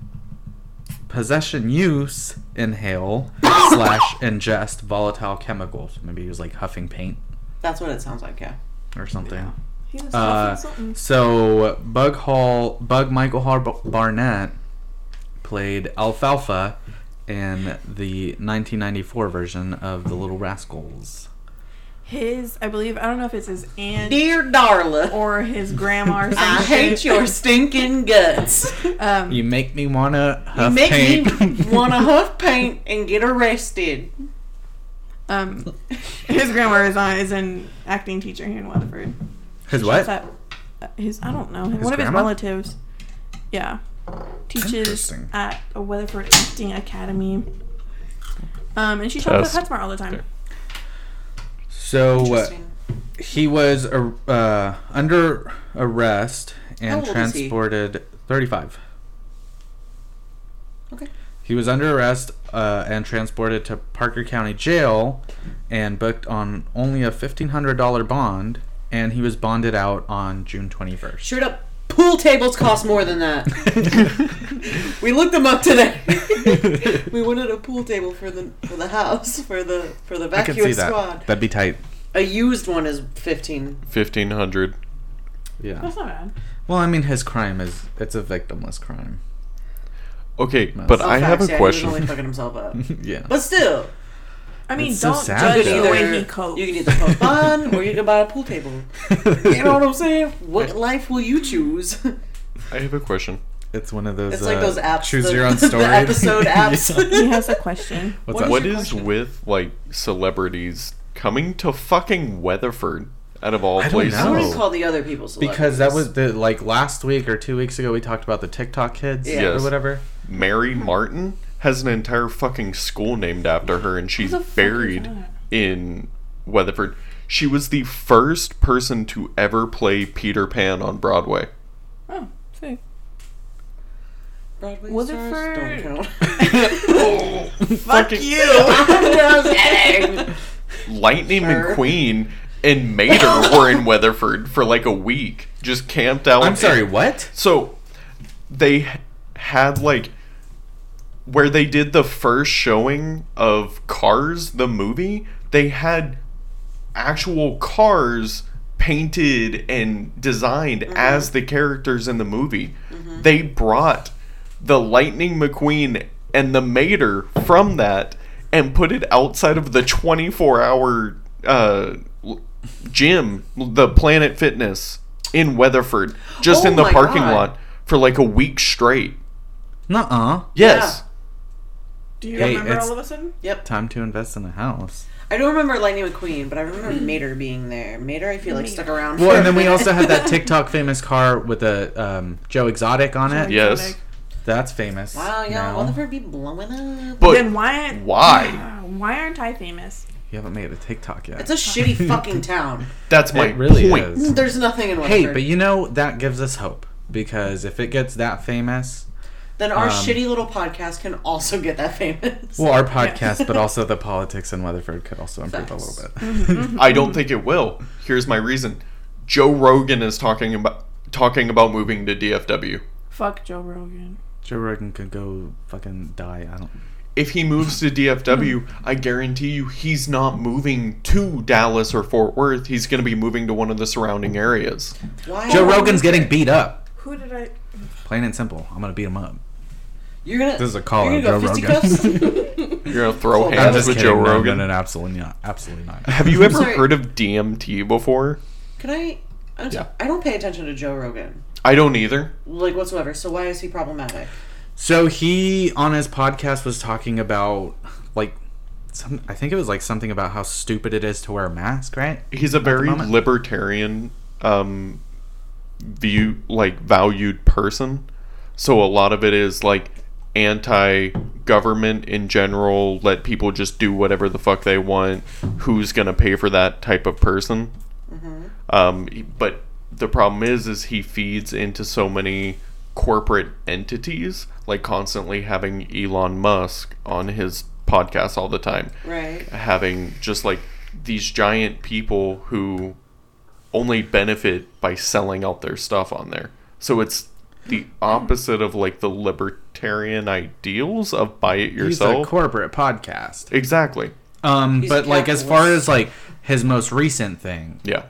[SPEAKER 2] possession use inhale slash ingest volatile chemicals. Maybe he was like huffing paint
[SPEAKER 5] That's what it sounds like, yeah.
[SPEAKER 2] or something.
[SPEAKER 3] He was
[SPEAKER 2] Uh,
[SPEAKER 3] something.
[SPEAKER 2] So Bug Hall, Bug Michael Hall Barnett played Alfalfa in the 1994 version of The Little Rascals.
[SPEAKER 3] His, I believe, I don't know if it's his aunt
[SPEAKER 5] Dear Darla,
[SPEAKER 3] or his grandma or
[SPEAKER 5] I
[SPEAKER 3] something.
[SPEAKER 5] hate your stinking guts.
[SPEAKER 3] Um,
[SPEAKER 2] You make me wanna
[SPEAKER 5] You
[SPEAKER 2] huff
[SPEAKER 5] make me
[SPEAKER 2] paint.
[SPEAKER 5] want to huff paint and get arrested.
[SPEAKER 3] um, his grandma is on is an acting teacher here in Weatherford.
[SPEAKER 2] His
[SPEAKER 3] What's
[SPEAKER 2] what?
[SPEAKER 3] that? uh, His I don't know. one of his
[SPEAKER 2] grandma?
[SPEAKER 3] relatives. Yeah, teaches
[SPEAKER 2] Interesting.
[SPEAKER 3] at a Weatherford acting academy. Um, and she shops at
[SPEAKER 4] That's-
[SPEAKER 3] PetSmart all the time.
[SPEAKER 2] So uh,
[SPEAKER 5] Interesting.
[SPEAKER 2] he was ar- uh, under arrest
[SPEAKER 5] How
[SPEAKER 2] and
[SPEAKER 5] old is he?
[SPEAKER 2] transported 35.
[SPEAKER 5] Okay.
[SPEAKER 2] He was under arrest uh, and transported to Parker County Jail and booked on only a $1,500 bond, and he was bonded out on June 21st.
[SPEAKER 5] Straight up, pool tables cost more than that. We looked them up today. we wanted a pool table for the for the house for the for the
[SPEAKER 2] I can see
[SPEAKER 5] vacuum
[SPEAKER 2] that.
[SPEAKER 5] squad.
[SPEAKER 2] That'd be tight.
[SPEAKER 5] A used one is fifteen.
[SPEAKER 4] 1500.
[SPEAKER 2] Yeah.
[SPEAKER 3] That's not bad.
[SPEAKER 2] Well, I mean, his crime is it's a victimless crime.
[SPEAKER 4] Okay, but
[SPEAKER 5] Fun
[SPEAKER 4] I have
[SPEAKER 5] fact,
[SPEAKER 4] a
[SPEAKER 5] Oh, yeah, He was only
[SPEAKER 4] question.
[SPEAKER 5] fucking himself up.
[SPEAKER 2] yeah.
[SPEAKER 5] But still,
[SPEAKER 3] I mean,
[SPEAKER 2] It's so
[SPEAKER 3] don't
[SPEAKER 2] sad,
[SPEAKER 3] judge
[SPEAKER 2] though.
[SPEAKER 5] you
[SPEAKER 3] the
[SPEAKER 5] could
[SPEAKER 3] way
[SPEAKER 5] either
[SPEAKER 3] he copes.
[SPEAKER 5] you can either post bond or you can buy a pool table. You know what I'm saying? What life will you choose?
[SPEAKER 4] I have a question.
[SPEAKER 2] It's one of those.
[SPEAKER 5] It's like
[SPEAKER 2] uh,
[SPEAKER 5] those apps.
[SPEAKER 2] Choose
[SPEAKER 5] the,
[SPEAKER 2] your own story.
[SPEAKER 5] The episode apps.
[SPEAKER 2] Yeah.
[SPEAKER 3] he has a question.
[SPEAKER 2] What's
[SPEAKER 5] What
[SPEAKER 2] up?
[SPEAKER 4] What
[SPEAKER 5] your
[SPEAKER 4] is
[SPEAKER 5] question?
[SPEAKER 4] with like celebrities coming to fucking Weatherford out of all
[SPEAKER 2] I don't
[SPEAKER 4] places?
[SPEAKER 5] I want
[SPEAKER 2] know.
[SPEAKER 5] to call the other people celebrities.
[SPEAKER 2] because that was the like last week or two weeks ago we talked about the TikTok kids
[SPEAKER 5] Yeah.
[SPEAKER 2] or
[SPEAKER 4] Yes.
[SPEAKER 2] whatever.
[SPEAKER 4] Mary Martin has an entire fucking school named after her and she's
[SPEAKER 3] the fuck is
[SPEAKER 4] buried
[SPEAKER 3] that?
[SPEAKER 4] in Weatherford. She was the first person to ever play Peter Pan on Broadway.
[SPEAKER 3] Oh, see.
[SPEAKER 5] Broadway
[SPEAKER 3] Was it
[SPEAKER 5] stars
[SPEAKER 3] for-
[SPEAKER 5] don't count.
[SPEAKER 3] Fuck you.
[SPEAKER 4] Lightning
[SPEAKER 5] Sure.
[SPEAKER 4] McQueen and Mater were in Weatherford for like a week, just camped out.
[SPEAKER 2] I'm sorry, what?
[SPEAKER 4] So they h- had like where they did the first showing of Cars the movie, they had actual cars painted and designed
[SPEAKER 5] Mm-hmm.
[SPEAKER 4] as the characters in the movie. They brought the Lightning McQueen and the Mater from that and put it outside of the 24 hour uh, l- gym, the Planet Fitness in Weatherford, just
[SPEAKER 5] Oh
[SPEAKER 4] in the
[SPEAKER 5] my
[SPEAKER 4] parking
[SPEAKER 5] God.
[SPEAKER 4] lot for like a week straight.
[SPEAKER 2] Nuh-uh.
[SPEAKER 4] Yes.
[SPEAKER 3] Do you
[SPEAKER 2] Hey,
[SPEAKER 3] remember
[SPEAKER 2] it's-
[SPEAKER 3] all of a sudden?
[SPEAKER 5] Yep.
[SPEAKER 2] Time to invest in a house.
[SPEAKER 5] I don't remember Lightning McQueen, but I remember Mater being there. Mater, I feel like stuck around.
[SPEAKER 2] Well,
[SPEAKER 5] for
[SPEAKER 2] and then
[SPEAKER 5] a
[SPEAKER 2] we
[SPEAKER 5] minute.
[SPEAKER 2] also had that TikTok famous car with a um, Joe Exotic on it.
[SPEAKER 4] Yeah. Yes.
[SPEAKER 2] That's famous.
[SPEAKER 5] Wow, y'all,
[SPEAKER 2] now.
[SPEAKER 5] Weatherford be blowing up.
[SPEAKER 4] But
[SPEAKER 3] Then why?
[SPEAKER 4] why?
[SPEAKER 3] Why aren't I famous?
[SPEAKER 2] You haven't made a TikTok yet.
[SPEAKER 5] It's a shitty fucking town.
[SPEAKER 4] That's my
[SPEAKER 2] it really
[SPEAKER 4] point.
[SPEAKER 2] is.
[SPEAKER 5] There's nothing in Weatherford.
[SPEAKER 2] Hey, but you know that gives us hope because if it gets that famous,
[SPEAKER 5] then our
[SPEAKER 2] um,
[SPEAKER 5] shitty little podcast can also get that famous.
[SPEAKER 2] well, our podcast, but also the politics in Weatherford could also improve a little bit.
[SPEAKER 5] Mm-hmm.
[SPEAKER 4] I don't think it will. Here's my reason. Joe Rogan is talking about talking about moving to DFW.
[SPEAKER 3] Fuck Joe Rogan.
[SPEAKER 2] Joe Rogan could go fucking die. I don't.
[SPEAKER 4] If he moves to DFW, I guarantee you he's not moving to Dallas or Fort Worth. He's going to be moving to one of the surrounding areas.
[SPEAKER 5] Why?
[SPEAKER 2] Joe Rogan's getting beat up.
[SPEAKER 3] Who did I?
[SPEAKER 2] Plain and simple. I'm gonna beat him up.
[SPEAKER 5] You're gonna.
[SPEAKER 2] This is a call
[SPEAKER 5] You're
[SPEAKER 2] out,
[SPEAKER 5] gonna go
[SPEAKER 2] Joe
[SPEAKER 5] fisticuffs.
[SPEAKER 2] Rogan.
[SPEAKER 4] You're going to throw
[SPEAKER 5] Well,
[SPEAKER 2] I'm
[SPEAKER 4] hands
[SPEAKER 2] just
[SPEAKER 4] with
[SPEAKER 2] kidding.
[SPEAKER 4] Joe
[SPEAKER 2] no,
[SPEAKER 4] Rogan.
[SPEAKER 2] No, no, no, absolutely not. Absolutely not.
[SPEAKER 4] Have you ever
[SPEAKER 5] sorry.
[SPEAKER 4] heard of DMT before?
[SPEAKER 5] Can I? I'm
[SPEAKER 4] Yeah.
[SPEAKER 5] so- I don't pay attention to Joe Rogan
[SPEAKER 4] I don't either.
[SPEAKER 5] like whatsoever. So why is he problematic?
[SPEAKER 2] So he on his podcast was talking about like some, I think it was like something about how stupid it is to wear a mask, right?
[SPEAKER 4] He's a very
[SPEAKER 2] moment.
[SPEAKER 4] libertarian, um, view like valued person. So a lot of it is like anti-government in general. Let people just do whatever the fuck they want. Who's gonna pay for that type of person? Um, he- but the problem is, is he feeds into so many corporate entities, like constantly having Elon Musk on his podcast all the time
[SPEAKER 5] Right.
[SPEAKER 4] having just like these giant people who only benefit by selling out their stuff on there. So it's the opposite of like the libertarian ideals of buy it
[SPEAKER 2] He's
[SPEAKER 4] yourself.
[SPEAKER 2] a corporate podcast.
[SPEAKER 4] exactly.
[SPEAKER 2] Um,
[SPEAKER 5] a
[SPEAKER 2] but like as
[SPEAKER 5] capitalist.
[SPEAKER 2] far as like his most recent thing,
[SPEAKER 4] Yeah.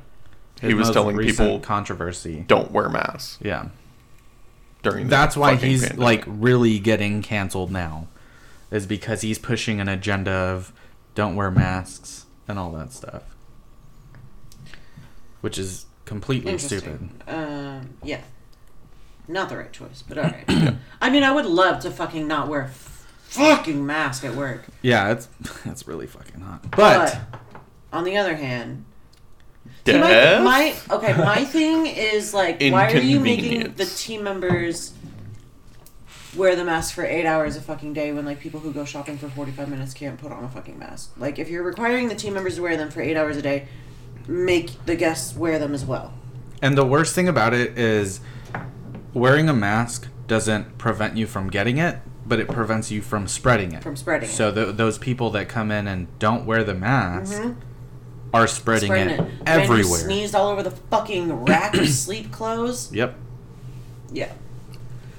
[SPEAKER 2] his
[SPEAKER 4] He was
[SPEAKER 2] most
[SPEAKER 4] telling
[SPEAKER 2] recent
[SPEAKER 4] people
[SPEAKER 2] controversy.
[SPEAKER 4] don't wear masks
[SPEAKER 2] Yeah,
[SPEAKER 4] during the
[SPEAKER 2] that's why
[SPEAKER 4] fucking
[SPEAKER 2] he's
[SPEAKER 4] pandemic.
[SPEAKER 2] like really getting canceled now, is because he's pushing an agenda of don't wear masks and all that stuff, which is completely stupid.
[SPEAKER 5] Interesting. Um, yeah. Not the right choice, but all right. I mean, I would love to fucking not wear a f- fucking mask at work.
[SPEAKER 2] Yeah, it's it's really fucking hot. But,
[SPEAKER 5] But on the other hand, see, my,
[SPEAKER 4] Death?
[SPEAKER 5] my okay, my thing is like, why are you making
[SPEAKER 4] Inconvenience.
[SPEAKER 5] the team members wear the mask for eight hours a fucking day when like people who go shopping for forty five minutes can't put on a fucking mask? Like, if you're requiring the team members to wear them for eight hours a day, make the guests wear them as well.
[SPEAKER 2] and the worst thing about it is wearing a mask doesn't prevent you from getting it, but it prevents you from spreading it.
[SPEAKER 5] From spreading it.
[SPEAKER 2] So th- those people that come in and don't wear the mask are spreading,
[SPEAKER 5] Mm-hmm. Spreading
[SPEAKER 2] it,
[SPEAKER 5] it. Man, you
[SPEAKER 2] everywhere.
[SPEAKER 5] sneezed all over the fucking rack of sleep clothes.
[SPEAKER 2] Yep.
[SPEAKER 5] Yeah.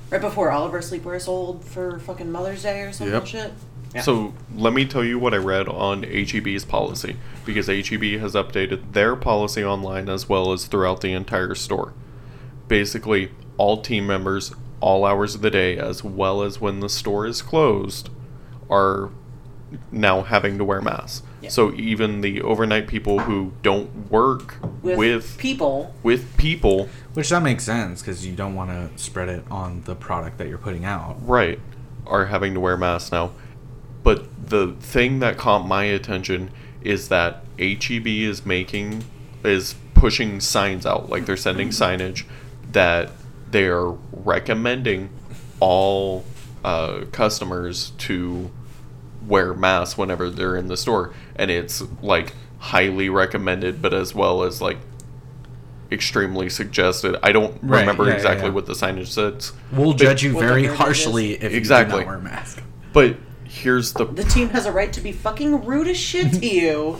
[SPEAKER 5] Right before all of our sleepwear is sold for fucking Mother's Day or some
[SPEAKER 2] Yep.
[SPEAKER 5] bullshit. Yeah.
[SPEAKER 4] So let me tell you what I read on HEB's policy because HEB has updated their policy online as well as throughout the entire store. Basically, all team members, all hours of the day, as well as when the store is closed, are now having to wear masks.
[SPEAKER 5] Yeah.
[SPEAKER 4] So even the overnight people who don't work with
[SPEAKER 5] with,
[SPEAKER 4] with,
[SPEAKER 5] people,
[SPEAKER 4] people,
[SPEAKER 2] Which that makes sense because you don't want to spread it on the product that you're putting out.
[SPEAKER 4] right, are having to wear masks now. But the thing that caught my attention is that HEB is making is pushing signs out like they're sending
[SPEAKER 2] Mm-hmm.
[SPEAKER 4] signage that they are recommending all uh, customers to wear masks whenever they're in the store and it's like highly recommended but as well as like extremely suggested i don't
[SPEAKER 2] Right,
[SPEAKER 4] remember
[SPEAKER 2] yeah, yeah,
[SPEAKER 4] exactly
[SPEAKER 2] yeah.
[SPEAKER 4] what the signage says
[SPEAKER 2] We'll judge you
[SPEAKER 5] What the
[SPEAKER 2] very
[SPEAKER 5] verdict
[SPEAKER 2] harshly if you do
[SPEAKER 4] Exactly.
[SPEAKER 2] not wear a mask.
[SPEAKER 4] but here's the
[SPEAKER 5] the team has a right to be fucking rude as shit to you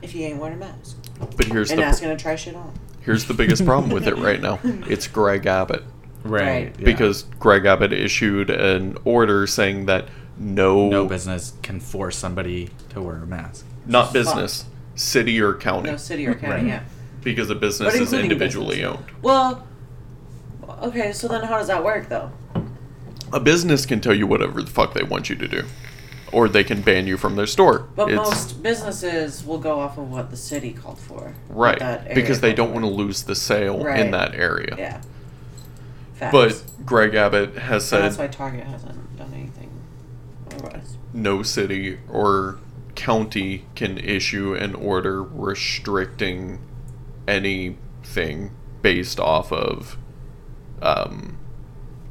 [SPEAKER 5] if you ain't wearing a mask
[SPEAKER 4] But here's
[SPEAKER 5] and
[SPEAKER 4] the
[SPEAKER 5] asking to try shit on.
[SPEAKER 4] here's the biggest problem with it right now. It's Greg Abbott
[SPEAKER 2] Right.
[SPEAKER 5] Right.
[SPEAKER 2] yeah.
[SPEAKER 4] because Greg Abbott issued an order saying that no,
[SPEAKER 2] no business can force somebody to wear a mask.
[SPEAKER 4] not business, city or county,
[SPEAKER 5] No city or county,
[SPEAKER 2] Right.
[SPEAKER 5] yeah.
[SPEAKER 4] because a business
[SPEAKER 5] But
[SPEAKER 4] is
[SPEAKER 5] including
[SPEAKER 4] individually owned.
[SPEAKER 5] Well, okay, so then how does that work though?
[SPEAKER 4] A business can tell you whatever the fuck they want you to do, or they can ban you from their store.
[SPEAKER 5] But
[SPEAKER 4] It's-
[SPEAKER 5] most businesses will go off of what the city called for.
[SPEAKER 4] right
[SPEAKER 5] that area
[SPEAKER 4] because they
[SPEAKER 5] called
[SPEAKER 4] don't
[SPEAKER 5] for.
[SPEAKER 4] want to lose the sale
[SPEAKER 5] Right.
[SPEAKER 4] in that area.
[SPEAKER 5] Yeah. Facts.
[SPEAKER 4] But Greg Abbott has
[SPEAKER 5] So that's
[SPEAKER 4] said
[SPEAKER 5] why Target hasn't done anything otherwise.
[SPEAKER 4] no city or county can issue an order restricting anything based off of um,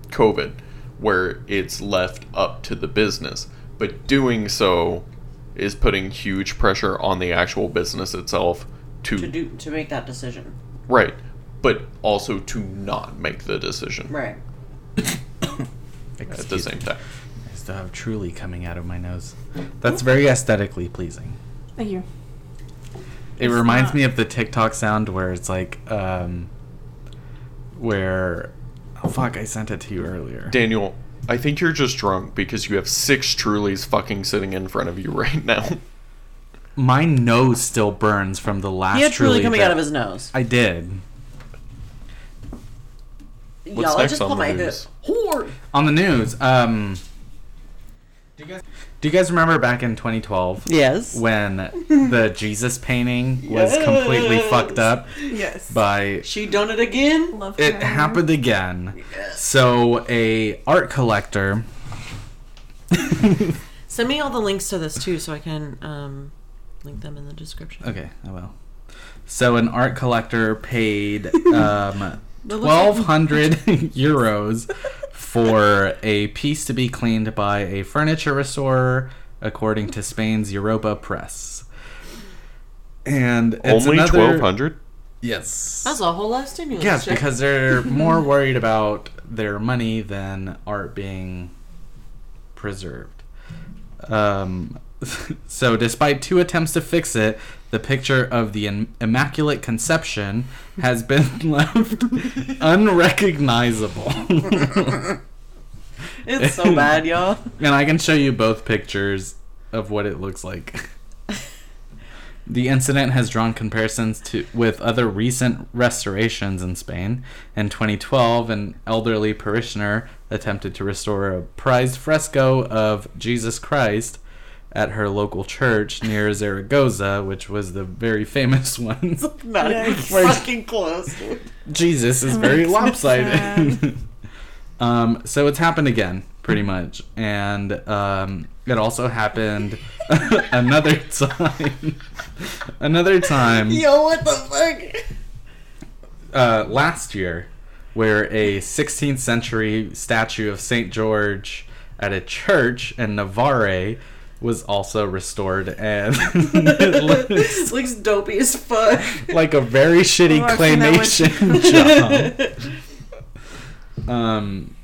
[SPEAKER 4] COVID, where it's left up to the business. But doing so is putting huge pressure on the actual business itself to,
[SPEAKER 5] to do to make that decision.
[SPEAKER 4] right, but also to not make the decision
[SPEAKER 5] Right.
[SPEAKER 4] at the
[SPEAKER 2] Excuse
[SPEAKER 4] same time.
[SPEAKER 2] I still have truly coming out of my nose. That's very aesthetically pleasing.
[SPEAKER 3] Thank you.
[SPEAKER 2] It
[SPEAKER 3] It's
[SPEAKER 2] reminds
[SPEAKER 3] not-
[SPEAKER 2] me of the TikTok sound where it's like, um, where, oh, fuck, I sent it to you earlier.
[SPEAKER 4] Daniel, I think you're just drunk because you have six Trulies fucking sitting in front of you right now.
[SPEAKER 2] My nose still burns from the last.
[SPEAKER 5] He had truly
[SPEAKER 2] Truly
[SPEAKER 5] coming
[SPEAKER 2] that-
[SPEAKER 5] out of his nose.
[SPEAKER 2] I did.
[SPEAKER 5] Y'all, I
[SPEAKER 4] next
[SPEAKER 5] just
[SPEAKER 4] on
[SPEAKER 5] pulled
[SPEAKER 4] the
[SPEAKER 5] my
[SPEAKER 4] news?
[SPEAKER 5] Whore.
[SPEAKER 2] On the news, um, do you guys remember back in 2012
[SPEAKER 5] Yes.
[SPEAKER 2] when the Jesus painting was completely
[SPEAKER 5] Yes.
[SPEAKER 2] fucked up
[SPEAKER 3] Yes.
[SPEAKER 2] by
[SPEAKER 5] she done it again.
[SPEAKER 3] Love
[SPEAKER 2] it
[SPEAKER 3] her.
[SPEAKER 2] happened again so a art collector
[SPEAKER 5] Send me all the links to this too, so I can um, link them in the description.
[SPEAKER 2] Okay, I will. So an art collector paid um,
[SPEAKER 5] That looks like-
[SPEAKER 2] twelve hundred euros for a piece to be cleaned by a furniture restorer, according to Spain's Europa Press. And it's
[SPEAKER 4] Only
[SPEAKER 2] another-
[SPEAKER 4] twelve hundred.
[SPEAKER 2] Yes.
[SPEAKER 5] That's a whole lot of stimulus.
[SPEAKER 2] Yes,
[SPEAKER 5] check.
[SPEAKER 2] because they're more worried about their money than art being preserved. Um, so, despite two attempts to fix it, the picture of the Im- Immaculate Conception has been left unrecognizable.
[SPEAKER 5] it's so bad, y'all.
[SPEAKER 2] and I can show you both pictures of what it looks like. The incident has drawn comparisons to with other recent restorations in Spain. In 2012, an elderly parishioner attempted to restore a prized fresco of Jesus Christ at her local church near Zaragoza, which was the very famous one.
[SPEAKER 5] Not even fucking close.
[SPEAKER 2] Jesus is very
[SPEAKER 3] makes me sad.
[SPEAKER 2] lopsided. um, so it's happened again, pretty much, and um, it also happened another time. another time
[SPEAKER 5] Yo, what the fuck?
[SPEAKER 2] uh, last year, where a 16th century statue of Saint George at a church in Navarre was also restored, and it looks
[SPEAKER 5] Looks dopey as fuck.
[SPEAKER 2] like a very shitty
[SPEAKER 3] Oh, I've seen that one.
[SPEAKER 2] claymation job. Um,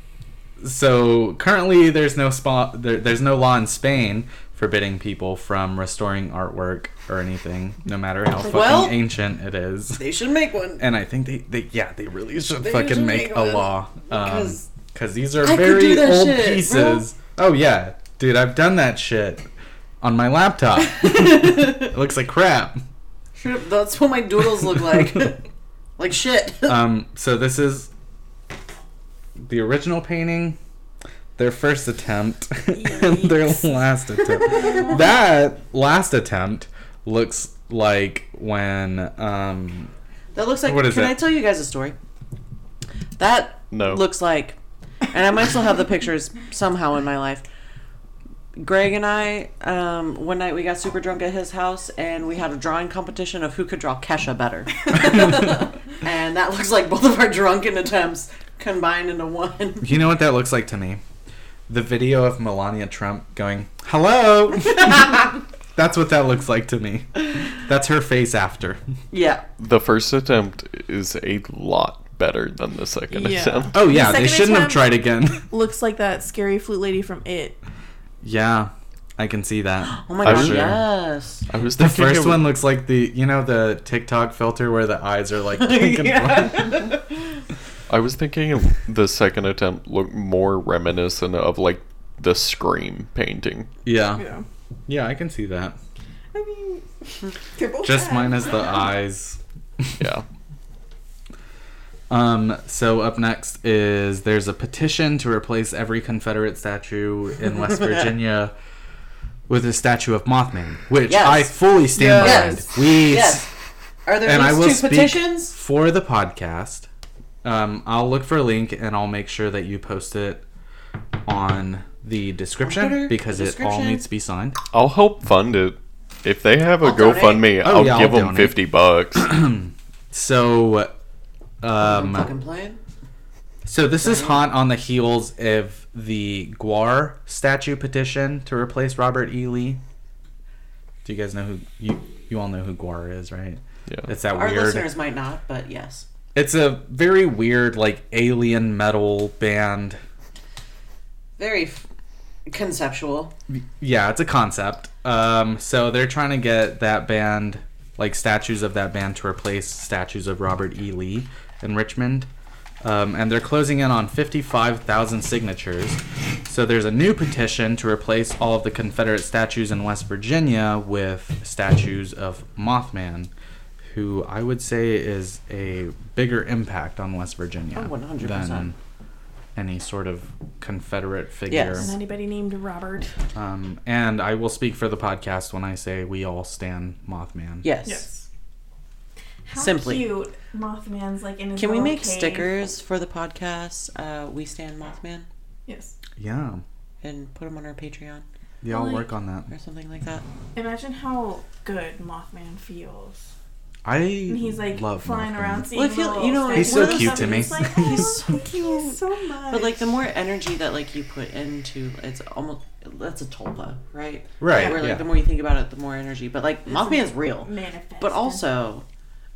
[SPEAKER 2] so currently, there's no spa, there, there's no law in Spain forbidding people from restoring artwork or anything, no matter how fucking
[SPEAKER 5] Well-
[SPEAKER 2] ancient it is.
[SPEAKER 5] They should make one.
[SPEAKER 2] And I think they, they yeah, they really should
[SPEAKER 5] They
[SPEAKER 2] fucking
[SPEAKER 5] should
[SPEAKER 2] make,
[SPEAKER 5] make
[SPEAKER 2] a
[SPEAKER 5] one,
[SPEAKER 2] law. Because
[SPEAKER 5] because
[SPEAKER 2] these are
[SPEAKER 5] I could
[SPEAKER 2] very
[SPEAKER 5] do that
[SPEAKER 2] old
[SPEAKER 5] shit, bro.
[SPEAKER 2] pieces. Oh, yeah. Dude, I've done that shit on my laptop. it looks like crap.
[SPEAKER 5] Sure, That's what my doodles look like. like shit.
[SPEAKER 2] um, so this is the original painting, their first attempt, and their last attempt. that last attempt looks like when um,
[SPEAKER 5] that looks like.
[SPEAKER 2] what is
[SPEAKER 5] can
[SPEAKER 2] that?
[SPEAKER 5] I tell you guys a story? That
[SPEAKER 4] No.
[SPEAKER 5] looks like, and I might still have the pictures somehow in my life. Greg and I, um, one night we got super drunk at his house and we had a drawing competition of who could draw Kesha better. and that looks like both of our drunken attempts combined into one.
[SPEAKER 2] you know what that looks like to me? The video of Melania Trump going, "Hello." That's what that looks like to me. That's her face after.
[SPEAKER 5] Yeah.
[SPEAKER 4] The first attempt is a lot better than the second
[SPEAKER 3] Yeah.
[SPEAKER 4] attempt.
[SPEAKER 2] Oh yeah, they
[SPEAKER 3] second
[SPEAKER 2] shouldn't have
[SPEAKER 3] attempt-
[SPEAKER 2] tried again.
[SPEAKER 3] Looks like that scary flute lady from It.
[SPEAKER 2] yeah, I can see that.
[SPEAKER 5] Oh my
[SPEAKER 4] I'm
[SPEAKER 5] gosh,
[SPEAKER 4] sure.
[SPEAKER 5] yes.
[SPEAKER 4] I was
[SPEAKER 2] The
[SPEAKER 4] thinking
[SPEAKER 2] first
[SPEAKER 4] it
[SPEAKER 2] one looks like the you know the TikTok filter where the eyes are like pink and black.
[SPEAKER 4] I was thinking of the second attempt looked more reminiscent of like the Scream painting.
[SPEAKER 2] Yeah.
[SPEAKER 3] Yeah.
[SPEAKER 2] Yeah, I can see that.
[SPEAKER 3] I mean, they're both
[SPEAKER 2] Just
[SPEAKER 3] bad.
[SPEAKER 2] minus the eyes.
[SPEAKER 4] Yeah.
[SPEAKER 2] Um so up next is there's a petition to replace every Confederate statue in West Virginia with a statue of Mothman, which
[SPEAKER 5] Yes.
[SPEAKER 2] I fully stand
[SPEAKER 5] Yes.
[SPEAKER 2] behind. We
[SPEAKER 5] Yes. Are there
[SPEAKER 2] and I
[SPEAKER 5] at
[SPEAKER 2] will
[SPEAKER 5] least two
[SPEAKER 2] speak
[SPEAKER 5] petitions?
[SPEAKER 2] for the podcast. Um, I'll look for a link and I'll make sure that you post it on the description
[SPEAKER 5] Twitter,
[SPEAKER 2] because
[SPEAKER 5] the
[SPEAKER 2] it all
[SPEAKER 5] description.
[SPEAKER 2] needs to be signed.
[SPEAKER 4] I'll help fund it. If they have a
[SPEAKER 5] I'll donate.
[SPEAKER 4] GoFundMe,
[SPEAKER 2] Oh,
[SPEAKER 4] I'll
[SPEAKER 2] yeah,
[SPEAKER 4] give
[SPEAKER 2] I'll
[SPEAKER 4] them
[SPEAKER 2] donate.
[SPEAKER 4] 50 bucks.
[SPEAKER 2] So,
[SPEAKER 5] I'm
[SPEAKER 2] um,
[SPEAKER 5] fucking playing.
[SPEAKER 2] so this is hot on the heels of the Guar statue petition to replace Robert E. Lee. Do you guys know who you you all know who Guar is, right?
[SPEAKER 4] Yeah.
[SPEAKER 2] It's that
[SPEAKER 5] Our
[SPEAKER 2] weird.
[SPEAKER 5] listeners might not, but yes.
[SPEAKER 2] It's a very weird, like alien metal band.
[SPEAKER 5] Very f- conceptual.
[SPEAKER 2] Yeah, it's a concept. Um, so they're trying to get that band, like statues of that band, to replace statues of Robert E. Lee in Richmond. Um, and they're closing in on 55,000 signatures. So there's a new petition to replace all of the Confederate statues in West Virginia with statues of Mothman, who I would say is a bigger impact on West Virginia
[SPEAKER 5] Oh, 100%.
[SPEAKER 2] than any sort of Confederate figure.
[SPEAKER 5] Yes.
[SPEAKER 3] And anybody named Robert.
[SPEAKER 2] Um, and I will speak for the podcast when I say we all stand Mothman.
[SPEAKER 5] Yes.
[SPEAKER 3] How
[SPEAKER 5] Simply.
[SPEAKER 3] cute Mothman's like in his
[SPEAKER 5] Can we
[SPEAKER 3] little
[SPEAKER 5] make
[SPEAKER 3] cave.
[SPEAKER 5] stickers for the podcast? Uh, we stand Mothman
[SPEAKER 3] Yes.
[SPEAKER 2] Yeah.
[SPEAKER 5] and put them on our Patreon.
[SPEAKER 2] Y'all
[SPEAKER 5] Like-
[SPEAKER 2] work on that.
[SPEAKER 5] or something like that.
[SPEAKER 3] Imagine how good Mothman feels.
[SPEAKER 2] I
[SPEAKER 3] And he's like
[SPEAKER 2] love
[SPEAKER 3] flying
[SPEAKER 2] Mothman.
[SPEAKER 3] around seeing
[SPEAKER 5] Well, I feel-
[SPEAKER 3] little
[SPEAKER 5] you know,
[SPEAKER 3] things. One
[SPEAKER 5] He's so
[SPEAKER 3] of those
[SPEAKER 2] cute to
[SPEAKER 3] times
[SPEAKER 2] me.
[SPEAKER 3] it's Like, oh,
[SPEAKER 5] He's so
[SPEAKER 3] thank you
[SPEAKER 5] cute.
[SPEAKER 3] so much.
[SPEAKER 5] But like the more energy that like you put into it's almost that's a tulpa, right?
[SPEAKER 2] Right,
[SPEAKER 5] Where like
[SPEAKER 2] yeah.
[SPEAKER 5] the more you think about it, the more energy. But like Mothman's real.
[SPEAKER 3] manifest.
[SPEAKER 5] But also,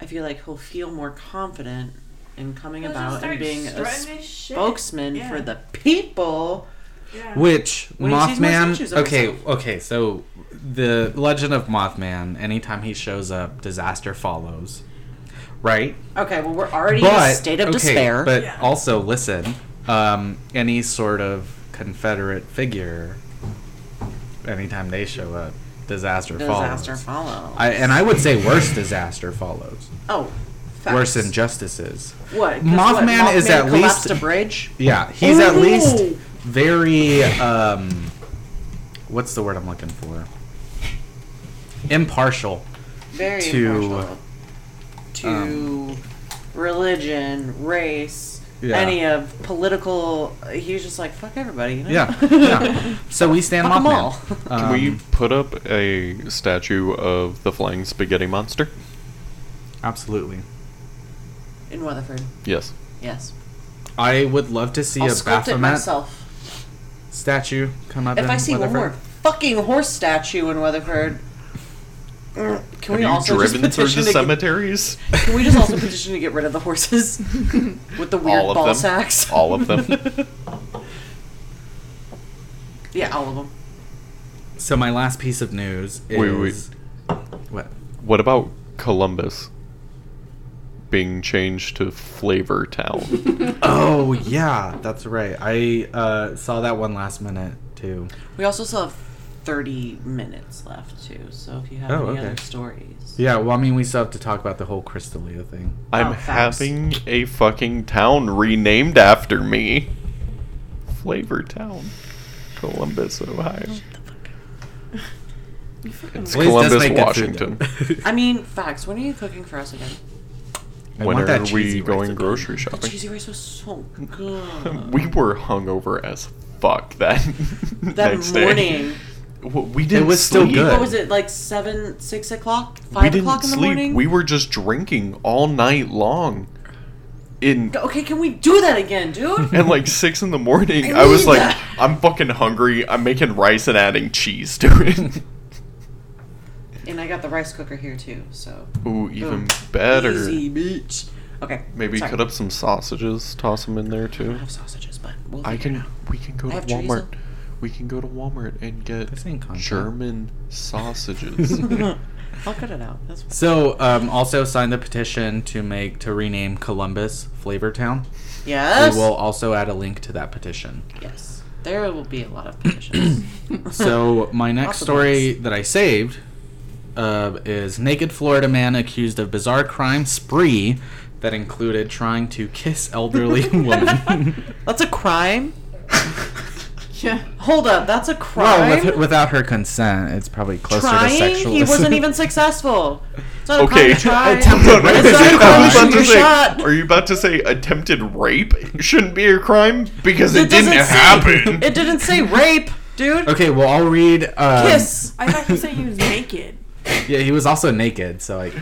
[SPEAKER 5] I feel like he'll feel more confident in coming
[SPEAKER 3] He'll just
[SPEAKER 5] about
[SPEAKER 3] start
[SPEAKER 5] and being a
[SPEAKER 3] strutting his shit.
[SPEAKER 5] spokesman
[SPEAKER 3] Yeah.
[SPEAKER 5] for the people.
[SPEAKER 3] Yeah.
[SPEAKER 2] Which
[SPEAKER 5] When he sees more
[SPEAKER 2] Mothman?
[SPEAKER 5] statues of
[SPEAKER 2] Okay,
[SPEAKER 5] himself.
[SPEAKER 2] okay. So the legend of Mothman. Anytime he shows up, disaster follows. Right,
[SPEAKER 5] Okay, well we're already in
[SPEAKER 2] but
[SPEAKER 5] a state of
[SPEAKER 2] okay,
[SPEAKER 5] despair.
[SPEAKER 2] But
[SPEAKER 3] Yeah.
[SPEAKER 2] also, listen. Um, any sort of Confederate figure. Anytime they show up, disaster,
[SPEAKER 5] disaster
[SPEAKER 2] follows.
[SPEAKER 5] follow.
[SPEAKER 2] I, and I would say worse disaster follows.
[SPEAKER 5] oh, facts.
[SPEAKER 2] Worse injustices.
[SPEAKER 5] what? 'Cause what,
[SPEAKER 2] Mothman is at
[SPEAKER 5] collapsed
[SPEAKER 2] least-
[SPEAKER 5] a bridge.
[SPEAKER 2] Yeah, he's at
[SPEAKER 5] Ooh.
[SPEAKER 2] least very um what's the word I'm looking for? Impartial.
[SPEAKER 5] Very
[SPEAKER 2] to, um,
[SPEAKER 5] impartial. to religion, race,
[SPEAKER 2] Yeah.
[SPEAKER 5] any of political. He's just like fuck everybody. You know?
[SPEAKER 2] Yeah. yeah. So we stand
[SPEAKER 5] Fuck 'em
[SPEAKER 2] Mothman.
[SPEAKER 5] all.
[SPEAKER 4] Can
[SPEAKER 2] Um,
[SPEAKER 4] we put up a statue of the flying spaghetti monster?
[SPEAKER 2] absolutely.
[SPEAKER 5] in Weatherford,
[SPEAKER 4] Yes.
[SPEAKER 5] yes.
[SPEAKER 2] I would love to see
[SPEAKER 5] I'll
[SPEAKER 2] a
[SPEAKER 5] sculpt it
[SPEAKER 2] Baphomet
[SPEAKER 5] myself.
[SPEAKER 2] statue come up.
[SPEAKER 5] If
[SPEAKER 2] in
[SPEAKER 5] I see
[SPEAKER 2] Weatherford.
[SPEAKER 5] one more fucking horse statue in Weatherford, mm, can
[SPEAKER 4] Have
[SPEAKER 5] we
[SPEAKER 4] you
[SPEAKER 5] also just
[SPEAKER 4] driven through the
[SPEAKER 5] petition to get,
[SPEAKER 4] cemeteries?
[SPEAKER 5] Can we just also petition to get rid of the horses with the weird
[SPEAKER 4] All of
[SPEAKER 5] ball
[SPEAKER 4] them?
[SPEAKER 5] sacks?
[SPEAKER 4] All of them?
[SPEAKER 5] yeah, all of them.
[SPEAKER 2] So my last piece of news is
[SPEAKER 4] Wait, wait.
[SPEAKER 2] what?
[SPEAKER 4] What about Columbus being changed to Flavor Town?
[SPEAKER 2] Oh yeah, that's right. I uh, saw that one last minute too.
[SPEAKER 5] We also still have thirty minutes left too. So if you have
[SPEAKER 2] Oh,
[SPEAKER 5] any
[SPEAKER 2] okay.
[SPEAKER 5] other stories,
[SPEAKER 2] Yeah, well I mean we still have to talk about the whole Crystalia thing.
[SPEAKER 4] I'm
[SPEAKER 5] Oh, facts.
[SPEAKER 4] having a fucking town renamed after me. Flavor Town, Columbus, Ohio.
[SPEAKER 3] You fucking
[SPEAKER 4] It's
[SPEAKER 2] At least that's
[SPEAKER 4] Columbus,
[SPEAKER 2] my good food,
[SPEAKER 4] Washington.
[SPEAKER 2] though.
[SPEAKER 5] I mean, facts. When are you cooking for us again?
[SPEAKER 2] I
[SPEAKER 4] When
[SPEAKER 2] want
[SPEAKER 4] are
[SPEAKER 2] that cheesy
[SPEAKER 4] we
[SPEAKER 2] rice
[SPEAKER 4] going
[SPEAKER 2] again.
[SPEAKER 4] grocery
[SPEAKER 5] The
[SPEAKER 4] shopping?
[SPEAKER 5] cheesy rice was so good.
[SPEAKER 4] We were hungover as fuck that
[SPEAKER 5] that
[SPEAKER 4] next day.
[SPEAKER 5] morning.
[SPEAKER 4] W- We didn't.
[SPEAKER 2] was still
[SPEAKER 4] sleep.
[SPEAKER 2] good.
[SPEAKER 5] What was it like? Seven, six o'clock,
[SPEAKER 4] We
[SPEAKER 5] five
[SPEAKER 4] didn't
[SPEAKER 5] o'clock in the
[SPEAKER 4] sleep.
[SPEAKER 5] morning.
[SPEAKER 4] We were just drinking all night long. In
[SPEAKER 5] Okay, can we do that again, dude?
[SPEAKER 4] and like six in the morning,
[SPEAKER 5] I
[SPEAKER 4] I, was
[SPEAKER 5] need
[SPEAKER 4] like,
[SPEAKER 5] that.
[SPEAKER 4] I'm fucking hungry. I'm making rice and adding cheese to it.
[SPEAKER 5] and I got the rice cooker here too, so
[SPEAKER 4] Ooh, even
[SPEAKER 5] Boom.
[SPEAKER 4] better.
[SPEAKER 5] easy, bitch. Okay,
[SPEAKER 4] Maybe
[SPEAKER 5] sorry.
[SPEAKER 4] cut up some sausages, toss them in there
[SPEAKER 5] I
[SPEAKER 4] too.
[SPEAKER 5] don't have sausages, but we'll
[SPEAKER 4] I
[SPEAKER 5] figure it
[SPEAKER 4] can.
[SPEAKER 5] out.
[SPEAKER 4] We can go
[SPEAKER 5] I
[SPEAKER 4] to
[SPEAKER 5] have chorizo.
[SPEAKER 4] Walmart. We can go to Walmart and get
[SPEAKER 2] This ain't content.
[SPEAKER 4] German sausages.
[SPEAKER 5] I'll cut it out. That's fine.
[SPEAKER 2] So, um, also sign the petition to make to rename Columbus Flavor Town.
[SPEAKER 5] yes,
[SPEAKER 2] We will also add a link to that petition.
[SPEAKER 5] yes. There will be a lot of petitions.
[SPEAKER 2] So, my next
[SPEAKER 5] Lots of
[SPEAKER 2] story that I saved uh, is naked Florida man accused of bizarre crime spree that included trying to kiss elderly woman.
[SPEAKER 5] that's a crime.
[SPEAKER 3] Yeah.
[SPEAKER 5] Hold up, that's a crime.
[SPEAKER 2] well, with, without her consent, it's probably closer to
[SPEAKER 5] trying,
[SPEAKER 2] sexual.
[SPEAKER 5] he wasn't even successful. It's not a
[SPEAKER 4] Okay.
[SPEAKER 5] crime to try.
[SPEAKER 2] Attempted
[SPEAKER 4] No, no,
[SPEAKER 2] rape
[SPEAKER 5] It's
[SPEAKER 2] is
[SPEAKER 5] not
[SPEAKER 2] a
[SPEAKER 5] a crime
[SPEAKER 2] crime.
[SPEAKER 5] to shoot your shot.
[SPEAKER 4] Are you about to say attempted rape shouldn't be a crime because it,
[SPEAKER 5] It doesn't
[SPEAKER 4] didn't
[SPEAKER 5] say-
[SPEAKER 4] happen?
[SPEAKER 5] It didn't say rape, dude.
[SPEAKER 2] Okay, well, I'll read. Um,
[SPEAKER 5] Kiss.
[SPEAKER 3] I thought you said he was naked.
[SPEAKER 2] Yeah, he was also naked, so like.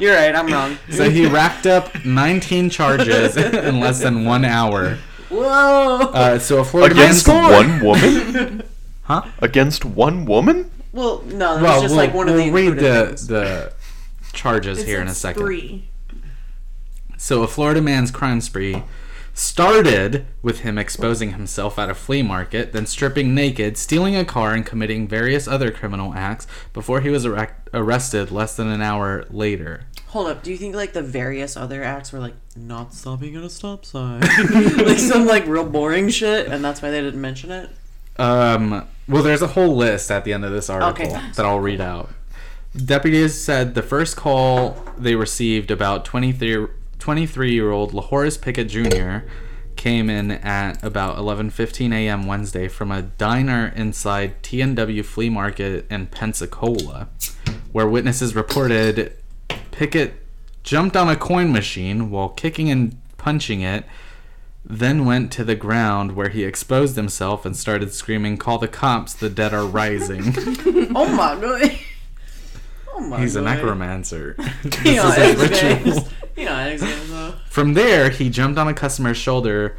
[SPEAKER 5] You're right. I'm wrong.
[SPEAKER 2] So he racked up 19 charges in less than one hour.
[SPEAKER 5] Whoa.
[SPEAKER 2] Uh, so a Florida
[SPEAKER 4] Against
[SPEAKER 2] man
[SPEAKER 4] one woman?
[SPEAKER 2] Huh?
[SPEAKER 4] Against one woman?
[SPEAKER 5] Well, no, that
[SPEAKER 2] Well,
[SPEAKER 5] was
[SPEAKER 2] we'll,
[SPEAKER 5] just like one
[SPEAKER 2] we'll
[SPEAKER 5] of the
[SPEAKER 2] read
[SPEAKER 5] included
[SPEAKER 2] the
[SPEAKER 5] things.
[SPEAKER 2] the charges
[SPEAKER 3] It
[SPEAKER 2] here in a
[SPEAKER 3] says
[SPEAKER 2] second.
[SPEAKER 3] Three.
[SPEAKER 2] So a Florida man's crime spree started with him exposing himself at a flea market, then stripping naked, stealing a car, and committing various other criminal acts before he was arrec- arrested less than an hour later.
[SPEAKER 5] Hold up. Do you think like the various other acts were like not stopping at a stop sign, like some like real boring shit, and that's why they didn't mention it?
[SPEAKER 2] Um, well, there's a whole list at the end of this article
[SPEAKER 5] Okay.
[SPEAKER 2] that I'll read out. Deputies said the first call they received about 23 year old LaHorace Pickett Jr. came in at about 11:15 a.m. Wednesday from a diner inside T&W Flea Market in Pensacola, where witnesses reported Pickett jumped on a coin machine while kicking and punching it then went to the ground where he exposed himself and started screaming, Call the cops, the dead are rising.
[SPEAKER 5] Oh my god. Oh my
[SPEAKER 2] He's a
[SPEAKER 5] god.
[SPEAKER 2] necromancer. this
[SPEAKER 5] He on
[SPEAKER 2] is his
[SPEAKER 5] X-Games.
[SPEAKER 2] ritual.
[SPEAKER 5] He on X-Games, though.
[SPEAKER 2] From there, he jumped on a customer's shoulder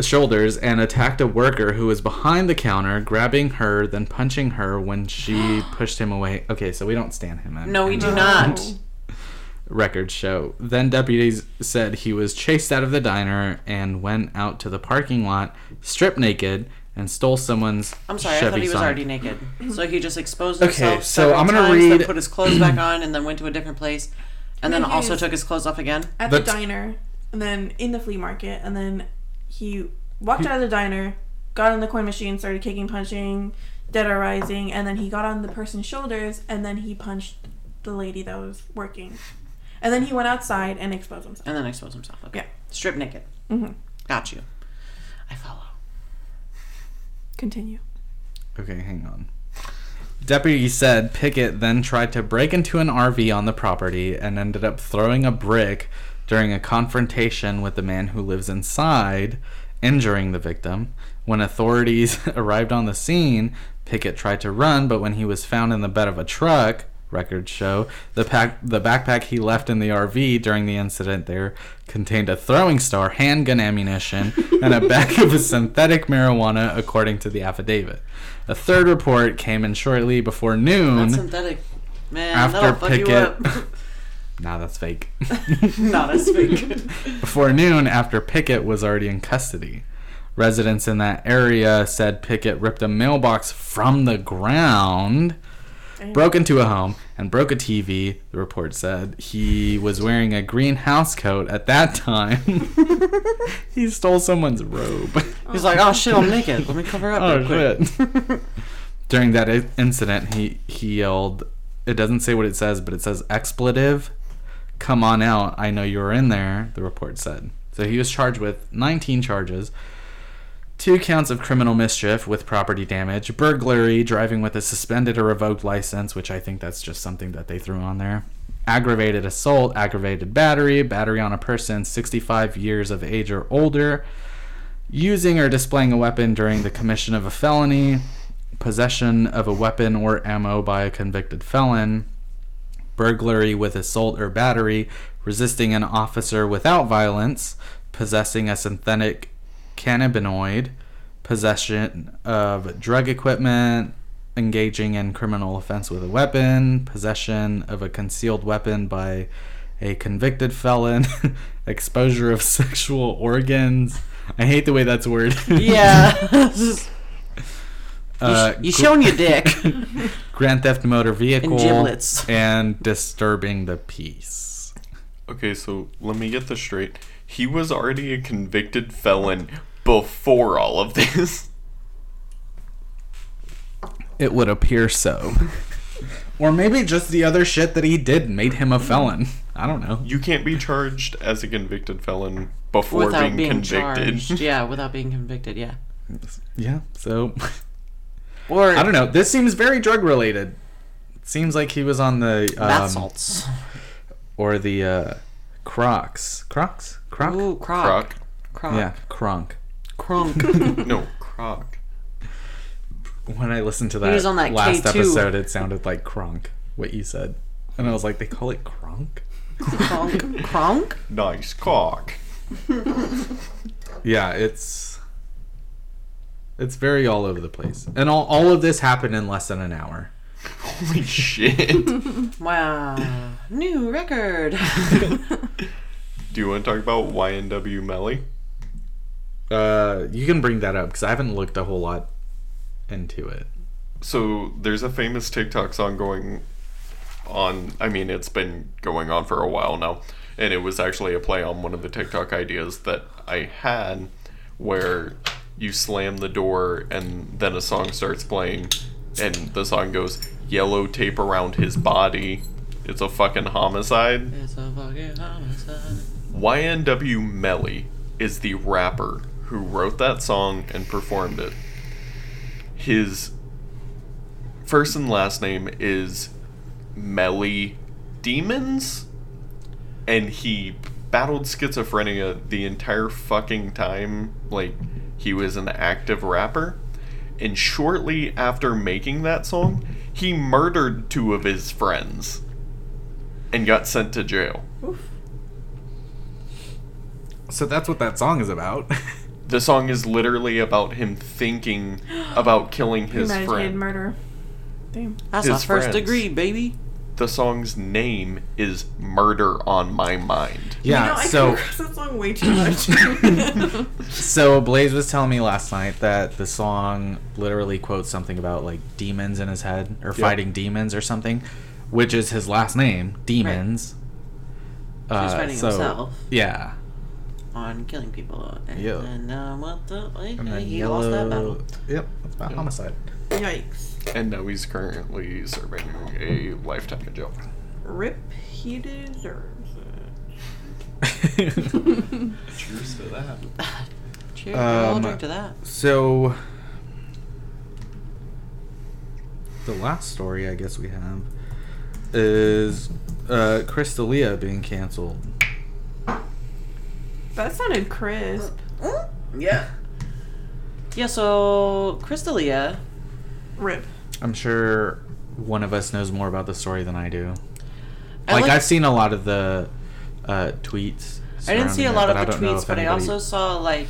[SPEAKER 2] shoulders and attacked a worker who was behind the counter, grabbing her, then punching her when she pushed him away. Okay, so we don't stand him. I'm-
[SPEAKER 5] No, we
[SPEAKER 2] I'm
[SPEAKER 5] do
[SPEAKER 2] just-
[SPEAKER 5] not.
[SPEAKER 2] Record show. Then deputies said he was chased out of the diner and went out to the parking lot, stripped naked, and stole someone's.
[SPEAKER 5] I'm sorry,
[SPEAKER 2] Chevy
[SPEAKER 5] I thought he was
[SPEAKER 2] Sonic.
[SPEAKER 5] already naked. So he just exposed
[SPEAKER 2] Okay,
[SPEAKER 5] himself.
[SPEAKER 2] so
[SPEAKER 5] several
[SPEAKER 2] I'm gonna
[SPEAKER 5] times, then
[SPEAKER 2] read-
[SPEAKER 5] put his clothes back on and then went to a different place. And then
[SPEAKER 3] then he
[SPEAKER 5] also
[SPEAKER 3] was-
[SPEAKER 5] took his clothes off again.
[SPEAKER 3] At the
[SPEAKER 2] That's-
[SPEAKER 3] diner, and then in the flea market, and then he walked out of the diner, got on the coin machine, started kicking, punching, dead or rising, and then he got on the person's shoulders, and then he punched the lady that was working. And then he went outside and exposed himself.
[SPEAKER 5] And then exposed himself. Okay.
[SPEAKER 3] Yeah.
[SPEAKER 5] Strip naked.
[SPEAKER 3] Mhm.
[SPEAKER 5] Got you. I follow.
[SPEAKER 3] Continue.
[SPEAKER 2] Okay, hang on. Deputy said Pickett then tried to break into an RV on the property and ended up throwing a brick during a confrontation with the man who lives inside, injuring the victim. When authorities arrived on the scene, Pickett tried to run, but when he was found in the bed of a truck, records show, the pack the backpack he left in the RV during the incident there contained a throwing star, handgun ammunition, and a bag of synthetic marijuana, according to the affidavit. A third report came in shortly before
[SPEAKER 5] That's
[SPEAKER 2] noon.
[SPEAKER 5] synthetic. Man,
[SPEAKER 2] After
[SPEAKER 5] that'll fuck you
[SPEAKER 2] Pickett,
[SPEAKER 5] up.
[SPEAKER 2] nah, that's fake.
[SPEAKER 5] Not as big.
[SPEAKER 2] before noon, after Pickett was already in custody. Residents in that area said Pickett ripped a mailbox from the ground, broke into a home, and broke a TV. The report said he was wearing a green house coat at that time. he stole someone's robe.
[SPEAKER 5] He's like, oh shit, I'm naked. Let me cover up
[SPEAKER 2] Oh,
[SPEAKER 5] real quick.
[SPEAKER 2] During that i- incident, he, he yelled, it doesn't say what it says, but it says expletive. Come on out. I know you were in there, the report said. So he was charged with 19 charges, two counts of criminal mischief with property damage, burglary, driving with a suspended or revoked license, which I think that's just something that they threw on there, aggravated assault, aggravated battery, battery on a person 65 years of age or older, using or displaying a weapon during the commission of a felony, possession of a weapon or ammo by a convicted felon, burglary with assault or battery, resisting an officer without violence, possessing a synthetic cannabinoid, possession of drug equipment, engaging in criminal offense with a weapon, possession of a concealed weapon by a convicted felon, exposure of sexual organs. I hate the way that's worded.
[SPEAKER 5] Yeah. Just-
[SPEAKER 2] Uh,
[SPEAKER 5] you
[SPEAKER 2] gr-
[SPEAKER 5] showing your dick.
[SPEAKER 2] Grand Theft Motor Vehicle
[SPEAKER 5] giblets.
[SPEAKER 2] and disturbing the peace.
[SPEAKER 4] Okay, so let me get this straight. He was already a convicted felon before all of this.
[SPEAKER 2] It would appear so. or maybe just the other shit that he did made him a felon. I don't know.
[SPEAKER 4] You can't be charged as a convicted felon before
[SPEAKER 5] without
[SPEAKER 4] being,
[SPEAKER 5] being,
[SPEAKER 4] convicted.
[SPEAKER 5] charged. Yeah, without being convicted, yeah.
[SPEAKER 2] Yeah, so
[SPEAKER 5] Or
[SPEAKER 2] I don't know. This seems very drug related. Seems like he was on the
[SPEAKER 5] bath
[SPEAKER 2] um,
[SPEAKER 5] salts.
[SPEAKER 2] or the uh, Crocs. Crocs? Croc?
[SPEAKER 5] Ooh, croc.
[SPEAKER 4] Croc.
[SPEAKER 5] Croc.
[SPEAKER 2] Yeah, Kronk.
[SPEAKER 5] Cronk.
[SPEAKER 4] No, croc.
[SPEAKER 2] When I listened to that,
[SPEAKER 5] was on that
[SPEAKER 2] last
[SPEAKER 5] K2.
[SPEAKER 2] episode, it sounded like Kronk, what you said. And I was like, they call it Kronk?
[SPEAKER 5] Cronk. Cronk?
[SPEAKER 4] Nice cock.
[SPEAKER 2] yeah it's it's very all over the place and all, all of this happened in less than an hour
[SPEAKER 4] Holy shit. Do
[SPEAKER 5] Wow. New record.
[SPEAKER 4] you want to talk about YNW Melly?
[SPEAKER 2] uh you can bring that up because i haven't looked a whole lot into it
[SPEAKER 4] so there's a famous TikTok song going on. I mean, it's been going on for a while now, and it was actually a play on one of the TikTok ideas that I had, where you slam the door and then a song starts playing, and the song goes yellow tape around his body. It's a fucking homicide.
[SPEAKER 5] it's a fucking homicide.
[SPEAKER 4] YNW Melly is the rapper who wrote that song and performed it. His first and last name is Melly Demons, and he battled schizophrenia the entire fucking time, like he was an active rapper. And shortly after making that song, he murdered two of his friends and got sent to jail.
[SPEAKER 2] So that's what that song is about.
[SPEAKER 4] The song is literally about him thinking about killing his
[SPEAKER 3] Premeditated
[SPEAKER 4] friend.
[SPEAKER 3] murder. Damn.
[SPEAKER 5] That's
[SPEAKER 4] His
[SPEAKER 5] not first
[SPEAKER 4] friends.
[SPEAKER 5] degree, baby.
[SPEAKER 4] the song's name is Murder on My Mind.
[SPEAKER 2] yeah.
[SPEAKER 3] you know, I
[SPEAKER 2] so
[SPEAKER 3] come across that song way too much.
[SPEAKER 2] so Blaze was telling me last night that the song literally quotes something about like demons in his head or fighting demons or something, which is his last name, Demons. Uh,
[SPEAKER 5] he's fighting himself.
[SPEAKER 2] Yeah.
[SPEAKER 5] On killing people. And
[SPEAKER 2] Yeah.
[SPEAKER 5] then, uh, what the? Like,
[SPEAKER 2] And then
[SPEAKER 5] he
[SPEAKER 2] yellow.
[SPEAKER 5] lost that battle.
[SPEAKER 2] Yep. That's about homicide.
[SPEAKER 3] Yikes.
[SPEAKER 4] And now he's currently serving a lifetime in jail.
[SPEAKER 3] Rip, he deserves it.
[SPEAKER 4] Cheers to that.
[SPEAKER 5] Cheers. I'll
[SPEAKER 2] Um,
[SPEAKER 5] drink to that.
[SPEAKER 2] so the last story I guess we have is uh Crystalia being canceled.
[SPEAKER 3] That sounded crisp.
[SPEAKER 5] Yeah. Yeah, so Crystalia.
[SPEAKER 3] Rip.
[SPEAKER 2] I'm sure one of us knows more about the story than I do.
[SPEAKER 5] I
[SPEAKER 2] like
[SPEAKER 5] looked-
[SPEAKER 2] I've seen a lot of the uh, tweets.
[SPEAKER 5] I didn't see a
[SPEAKER 2] surrounding
[SPEAKER 5] lot
[SPEAKER 2] it,
[SPEAKER 5] of
[SPEAKER 2] but
[SPEAKER 5] the
[SPEAKER 2] don't know
[SPEAKER 5] tweets,
[SPEAKER 2] if
[SPEAKER 5] but I
[SPEAKER 2] anybody-
[SPEAKER 5] also saw like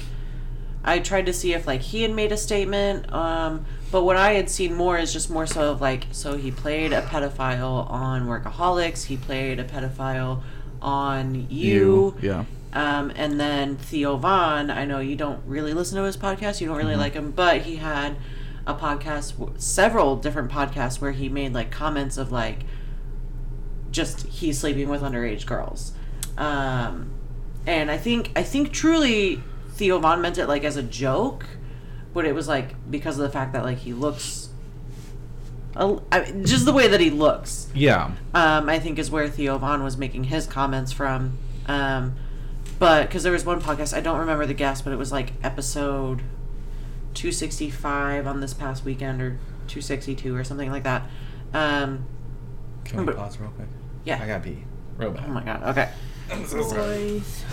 [SPEAKER 5] I tried to see if like he had made a statement. Um, but what I had seen more is just more so of like so he played a pedophile on Workaholics. He played a pedophile on you.
[SPEAKER 2] yeah.
[SPEAKER 5] Um, and then Theo Vaughn, I know you don't really listen to his podcast, you don't really like him, but he had a podcast, w- several different podcasts where he made like comments of like just he's sleeping with underage girls. Um, and I think I think truly Theo Vaughn meant it like as a joke, but it was like because of the fact that like he looks, a- I mean, just the way that he looks
[SPEAKER 2] Yeah.
[SPEAKER 5] um, I think is where Theo Vaughn was making his comments from. Um, but because there was one podcast, I don't remember the guest, but it was like episode 265 on this past weekend or 262 or something like that. Um,
[SPEAKER 2] Can we
[SPEAKER 5] But-
[SPEAKER 2] pause real quick?
[SPEAKER 5] Yeah.
[SPEAKER 2] I got pee. Real bad.
[SPEAKER 5] oh my god, okay.
[SPEAKER 3] Boys.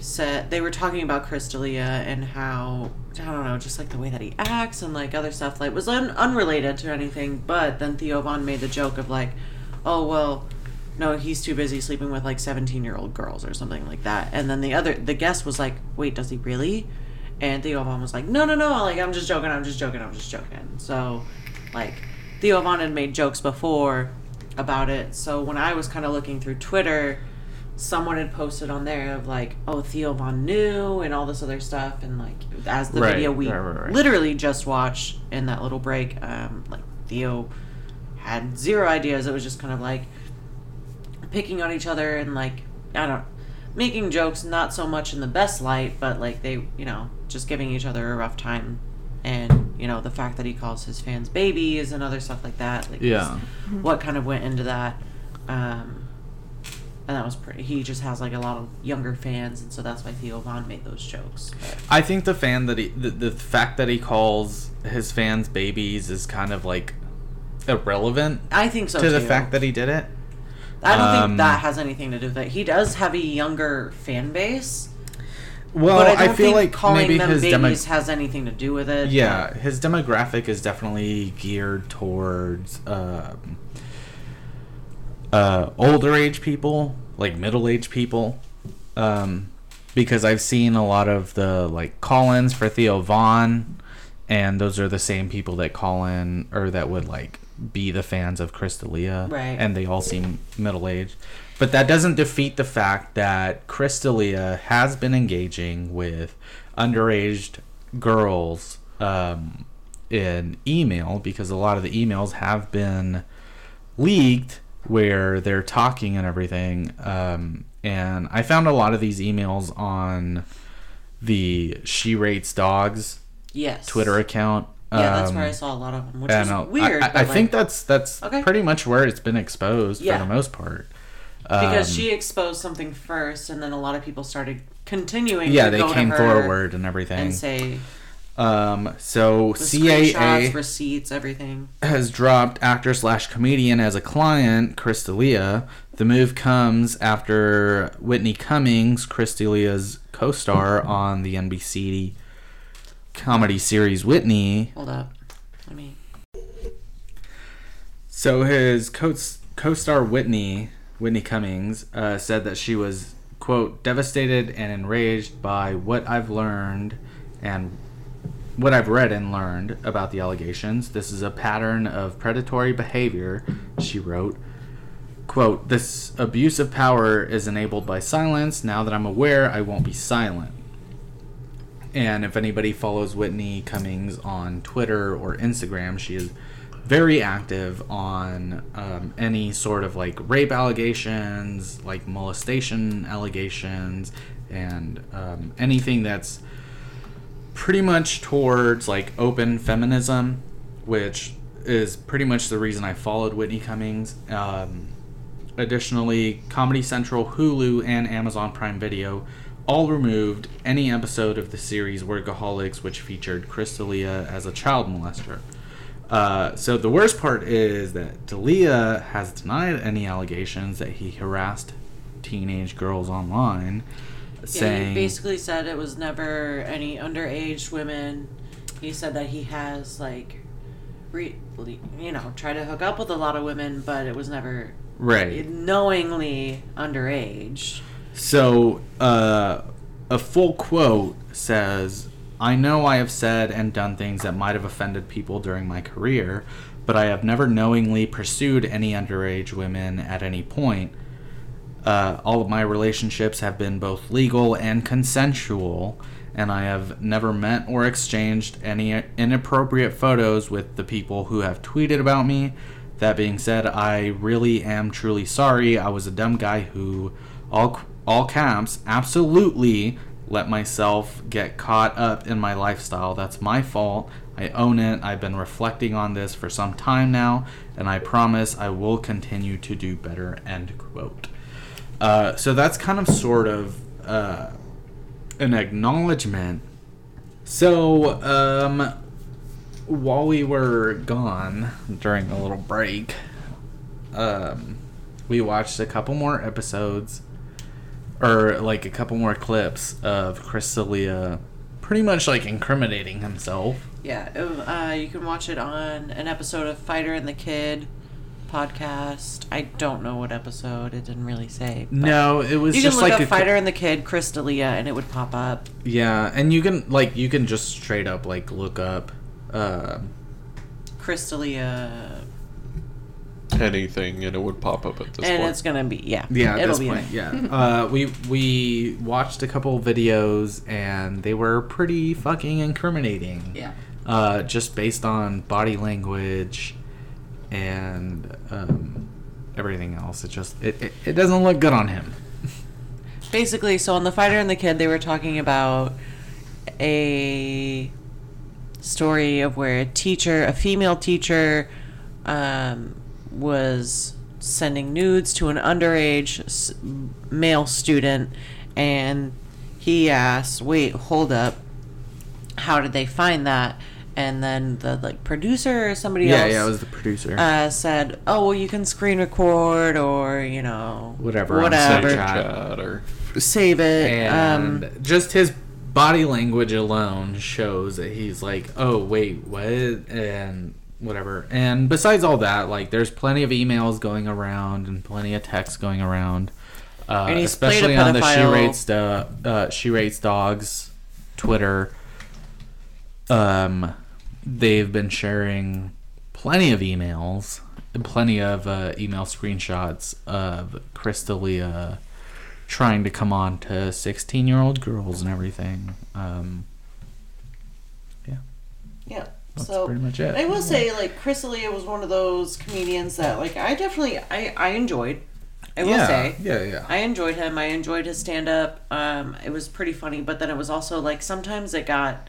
[SPEAKER 5] said they were talking about Crystalia and how I don't know, just like the way that he acts and like other stuff like was un- unrelated to anything. But then Theo Von made the joke of like, oh well, no, he's too busy sleeping with like seventeen year old girls or something like that. And then the other the guest was like, wait, does he really? And Theo Von was like, no, no, no, like I'm just joking, I'm just joking, I'm just joking. So, like, Theo Von had made jokes before about it. So when I was kind of looking through Twitter someone had posted on there of like, oh, Theo Von knew and all this other stuff, and like as the
[SPEAKER 2] Right,
[SPEAKER 5] video we
[SPEAKER 2] right, right, right.
[SPEAKER 5] literally just watched in that little break, um, like Theo had zero ideas. It was just kind of like picking on each other and like I don't making jokes, not so much in the best light, but like they, you know, just giving each other a rough time. And you know the fact that he calls his fans babies and other stuff like that. Like
[SPEAKER 2] Yeah.
[SPEAKER 5] what kind of went into that. Um, and that was pretty. He just has like a lot of younger fans, and so that's why Theo Von made those jokes. But
[SPEAKER 2] I think the fan that he, the, the fact that he calls his fans babies is kind of like irrelevant
[SPEAKER 5] I think so
[SPEAKER 2] to the
[SPEAKER 5] too.
[SPEAKER 2] fact that he did it.
[SPEAKER 5] I don't
[SPEAKER 2] um,
[SPEAKER 5] think that has anything to do with it. He does have a younger fan base,
[SPEAKER 2] Well,
[SPEAKER 5] but I don't
[SPEAKER 2] feel
[SPEAKER 5] think
[SPEAKER 2] like
[SPEAKER 5] calling
[SPEAKER 2] maybe
[SPEAKER 5] them
[SPEAKER 2] his
[SPEAKER 5] babies
[SPEAKER 2] demo-
[SPEAKER 5] has anything to do with it.
[SPEAKER 2] Yeah, his demographic is definitely geared towards um, uh, older age people, like middle aged people, um, because I've seen a lot of the like call-ins for Theo Vaughn, and those are the same people that call in or that would like be the fans of Crystalia,
[SPEAKER 5] Right.
[SPEAKER 2] and they all seem middle aged. But that doesn't defeat the fact that Crystalia has been engaging with underage girls um, in email because a lot of the emails have been leaked where they're talking and everything. Um, and I found a lot of these emails on the She Rates Dogs
[SPEAKER 5] Yes.
[SPEAKER 2] Twitter account.
[SPEAKER 5] Yeah, that's
[SPEAKER 2] Um,
[SPEAKER 5] where I saw a lot of them, which
[SPEAKER 2] I
[SPEAKER 5] is
[SPEAKER 2] know.
[SPEAKER 5] weird.
[SPEAKER 2] I, I-
[SPEAKER 5] but,
[SPEAKER 2] I
[SPEAKER 5] like,
[SPEAKER 2] think that's that's
[SPEAKER 5] Okay.
[SPEAKER 2] pretty much where it's been exposed
[SPEAKER 5] Yeah.
[SPEAKER 2] for the most part.
[SPEAKER 5] because
[SPEAKER 2] Um,
[SPEAKER 5] she exposed something first, and then a lot of people started continuing.
[SPEAKER 2] yeah,
[SPEAKER 5] to
[SPEAKER 2] they
[SPEAKER 5] go to
[SPEAKER 2] came
[SPEAKER 5] her
[SPEAKER 2] forward and everything.
[SPEAKER 5] and say
[SPEAKER 2] um, so
[SPEAKER 5] the
[SPEAKER 2] CAA
[SPEAKER 5] screenshots, receipts, everything.
[SPEAKER 2] has dropped actor slash comedian as a client, Chris D'Elia. The move comes after Whitney Cummings, Chris D'Elia's co-star on the NBC comedy series Whitney.
[SPEAKER 5] Hold up. Let me.
[SPEAKER 2] So his co- co-star Whitney, Whitney Cummings, uh, said that she was quote devastated and enraged by what I've learned and what I've read and learned about the allegations. This is a pattern of predatory behavior, she wrote. Quote, this abuse of power is enabled by silence. Now that I'm aware, I won't be silent. And if anybody follows Whitney Cummings on Twitter or Instagram, she is very active on um, any sort of like rape allegations, like molestation allegations, and um, anything that's pretty much towards like open feminism, which is pretty much the reason I followed Whitney Cummings. Um, additionally, Comedy Central, Hulu, and Amazon Prime Video all removed any episode of the series Workaholics, which featured Chris D'Elia as a child molester. Uh, so the worst part is that D'Elia has denied any allegations that he harassed teenage girls online,
[SPEAKER 5] Yeah,
[SPEAKER 2] saying
[SPEAKER 5] he basically said it was never any underage women. He said that he has like, re- you know, tried to hook up with a lot of women, but it was never
[SPEAKER 2] right.
[SPEAKER 5] knowingly underage.
[SPEAKER 2] So, uh, a full quote says, I know I have said and done things that might have offended people during my career, but I have never knowingly pursued any underage women at any point. Uh, all of my relationships have been both legal and consensual, and I have never met or exchanged any inappropriate photos with the people who have tweeted about me. That being said, I really am truly sorry. I was a dumb guy who, all all caps, absolutely let myself get caught up in my lifestyle. That's my fault. I own it. I've been reflecting on this for some time now, and I promise I will continue to do better. End quote. Uh, so that's kind of sort of uh, an acknowledgement. So um, while we were gone during a little break, um, we watched a couple more episodes or like a couple more clips of Chris D'Elia pretty much like incriminating himself.
[SPEAKER 5] Yeah, it- uh, you can watch it on an episode of Fighter and the Kid podcast. I don't know what episode. It didn't really say. but-
[SPEAKER 2] No, it was
[SPEAKER 5] You can
[SPEAKER 2] just
[SPEAKER 5] look
[SPEAKER 2] like
[SPEAKER 5] up
[SPEAKER 2] a
[SPEAKER 5] Fighter and the Kid, Chris D'Elia, and it would pop up.
[SPEAKER 2] yeah, and you can like you can just straight up like look up um
[SPEAKER 5] Chris D'Elia,
[SPEAKER 4] Anything and it would pop up at this
[SPEAKER 5] and
[SPEAKER 4] point.
[SPEAKER 5] it's gonna be yeah,
[SPEAKER 2] Yeah, at
[SPEAKER 5] it'll
[SPEAKER 2] this
[SPEAKER 5] be
[SPEAKER 2] point, yeah. uh, we we watched a couple videos and they were pretty fucking incriminating.
[SPEAKER 5] yeah.
[SPEAKER 2] Uh, just based on body language and um, everything else, it just it, it, it doesn't look good on him.
[SPEAKER 5] Basically, so on the Fighter and the Kid, they were talking about a story of where a teacher, a female teacher, um, was sending nudes to an underage s- male student, and he asked, "Wait, hold up, how did they find that?" And then the like producer or somebody
[SPEAKER 2] Yeah,
[SPEAKER 5] else
[SPEAKER 2] yeah, it was the producer.
[SPEAKER 5] uh, said, "Oh, well, you can screen record or you know
[SPEAKER 2] Whatever, on
[SPEAKER 5] whatever,
[SPEAKER 2] Snapchat.
[SPEAKER 4] Snapchat or
[SPEAKER 5] save it."
[SPEAKER 2] and
[SPEAKER 5] um,
[SPEAKER 2] just his body language alone shows that he's like, oh wait, what? And whatever. And besides all that, like there's plenty of emails going around and plenty of texts going around. Uh,
[SPEAKER 5] And he's played a
[SPEAKER 2] especially on the she
[SPEAKER 5] pedophile.
[SPEAKER 2] rates the uh, she rates dogs Twitter. Um, they've been sharing plenty of emails, and plenty of uh, email screenshots of Crystalia trying to come on to 16 year old girls and everything. Um,
[SPEAKER 5] yeah.
[SPEAKER 2] that's
[SPEAKER 5] so
[SPEAKER 2] pretty much it.
[SPEAKER 5] I will say, like Chris D'Elia was one of those comedians that, like, I definitely I I enjoyed. I will say,
[SPEAKER 2] Yeah, yeah.
[SPEAKER 5] I enjoyed him. I enjoyed his stand up. Um, it was pretty funny, but then it was also like sometimes it got.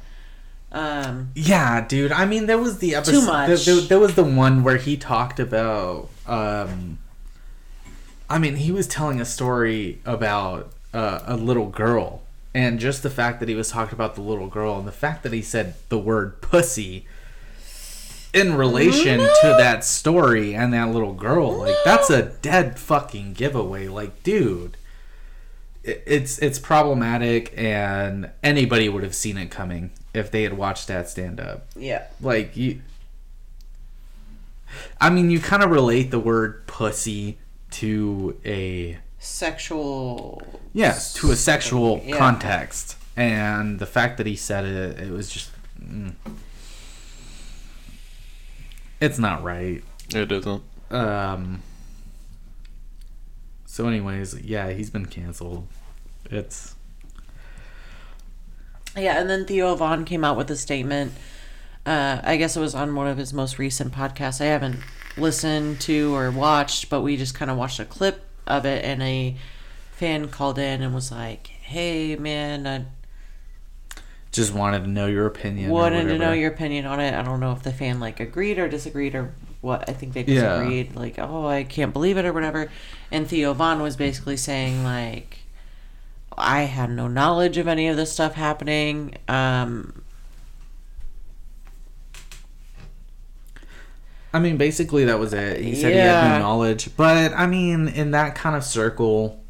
[SPEAKER 5] Um,
[SPEAKER 2] Yeah, dude. I mean, there was the episode.
[SPEAKER 5] Too much.
[SPEAKER 2] There, there- there was the one where he talked about. Um, I mean, he was telling a story about uh, a little girl. And just the fact that he was talking about the little girl and the fact that he said the word pussy in relation to that story and that little girl. Like that's a dead fucking giveaway. Like, dude, it- it's it's problematic, and anybody would have seen it coming if they had watched that stand up.
[SPEAKER 5] Yeah.
[SPEAKER 2] Like you, I mean, you kind of relate the word pussy to a
[SPEAKER 5] Sexual.
[SPEAKER 2] yes to a sexual
[SPEAKER 5] Yeah.
[SPEAKER 2] context, and the fact that he said it, it was just. mm. It's not right.
[SPEAKER 4] It isn't.
[SPEAKER 2] Um. So, anyways, yeah, he's been canceled. It's
[SPEAKER 5] Yeah, and then Theo Vaughn came out with a statement. Uh, I guess it was on one of his most recent podcasts. I haven't listened to or watched, but we just kind of watched a clip of it, and a fan called in and was like, "Hey, man, I
[SPEAKER 2] just wanted to know your opinion. or
[SPEAKER 5] wanted to
[SPEAKER 2] whatever.
[SPEAKER 5] know your opinion on it. I don't know if the fan like agreed or disagreed or what. I think they
[SPEAKER 2] Yeah.
[SPEAKER 5] disagreed. Like, oh, I can't believe it or whatever. And Theo Vaughn was basically saying like, I had no knowledge of any of this stuff happening. Um,
[SPEAKER 2] I mean, basically that was it. He said he had
[SPEAKER 5] Yeah.
[SPEAKER 2] no knowledge, but I mean, in that kind of circle,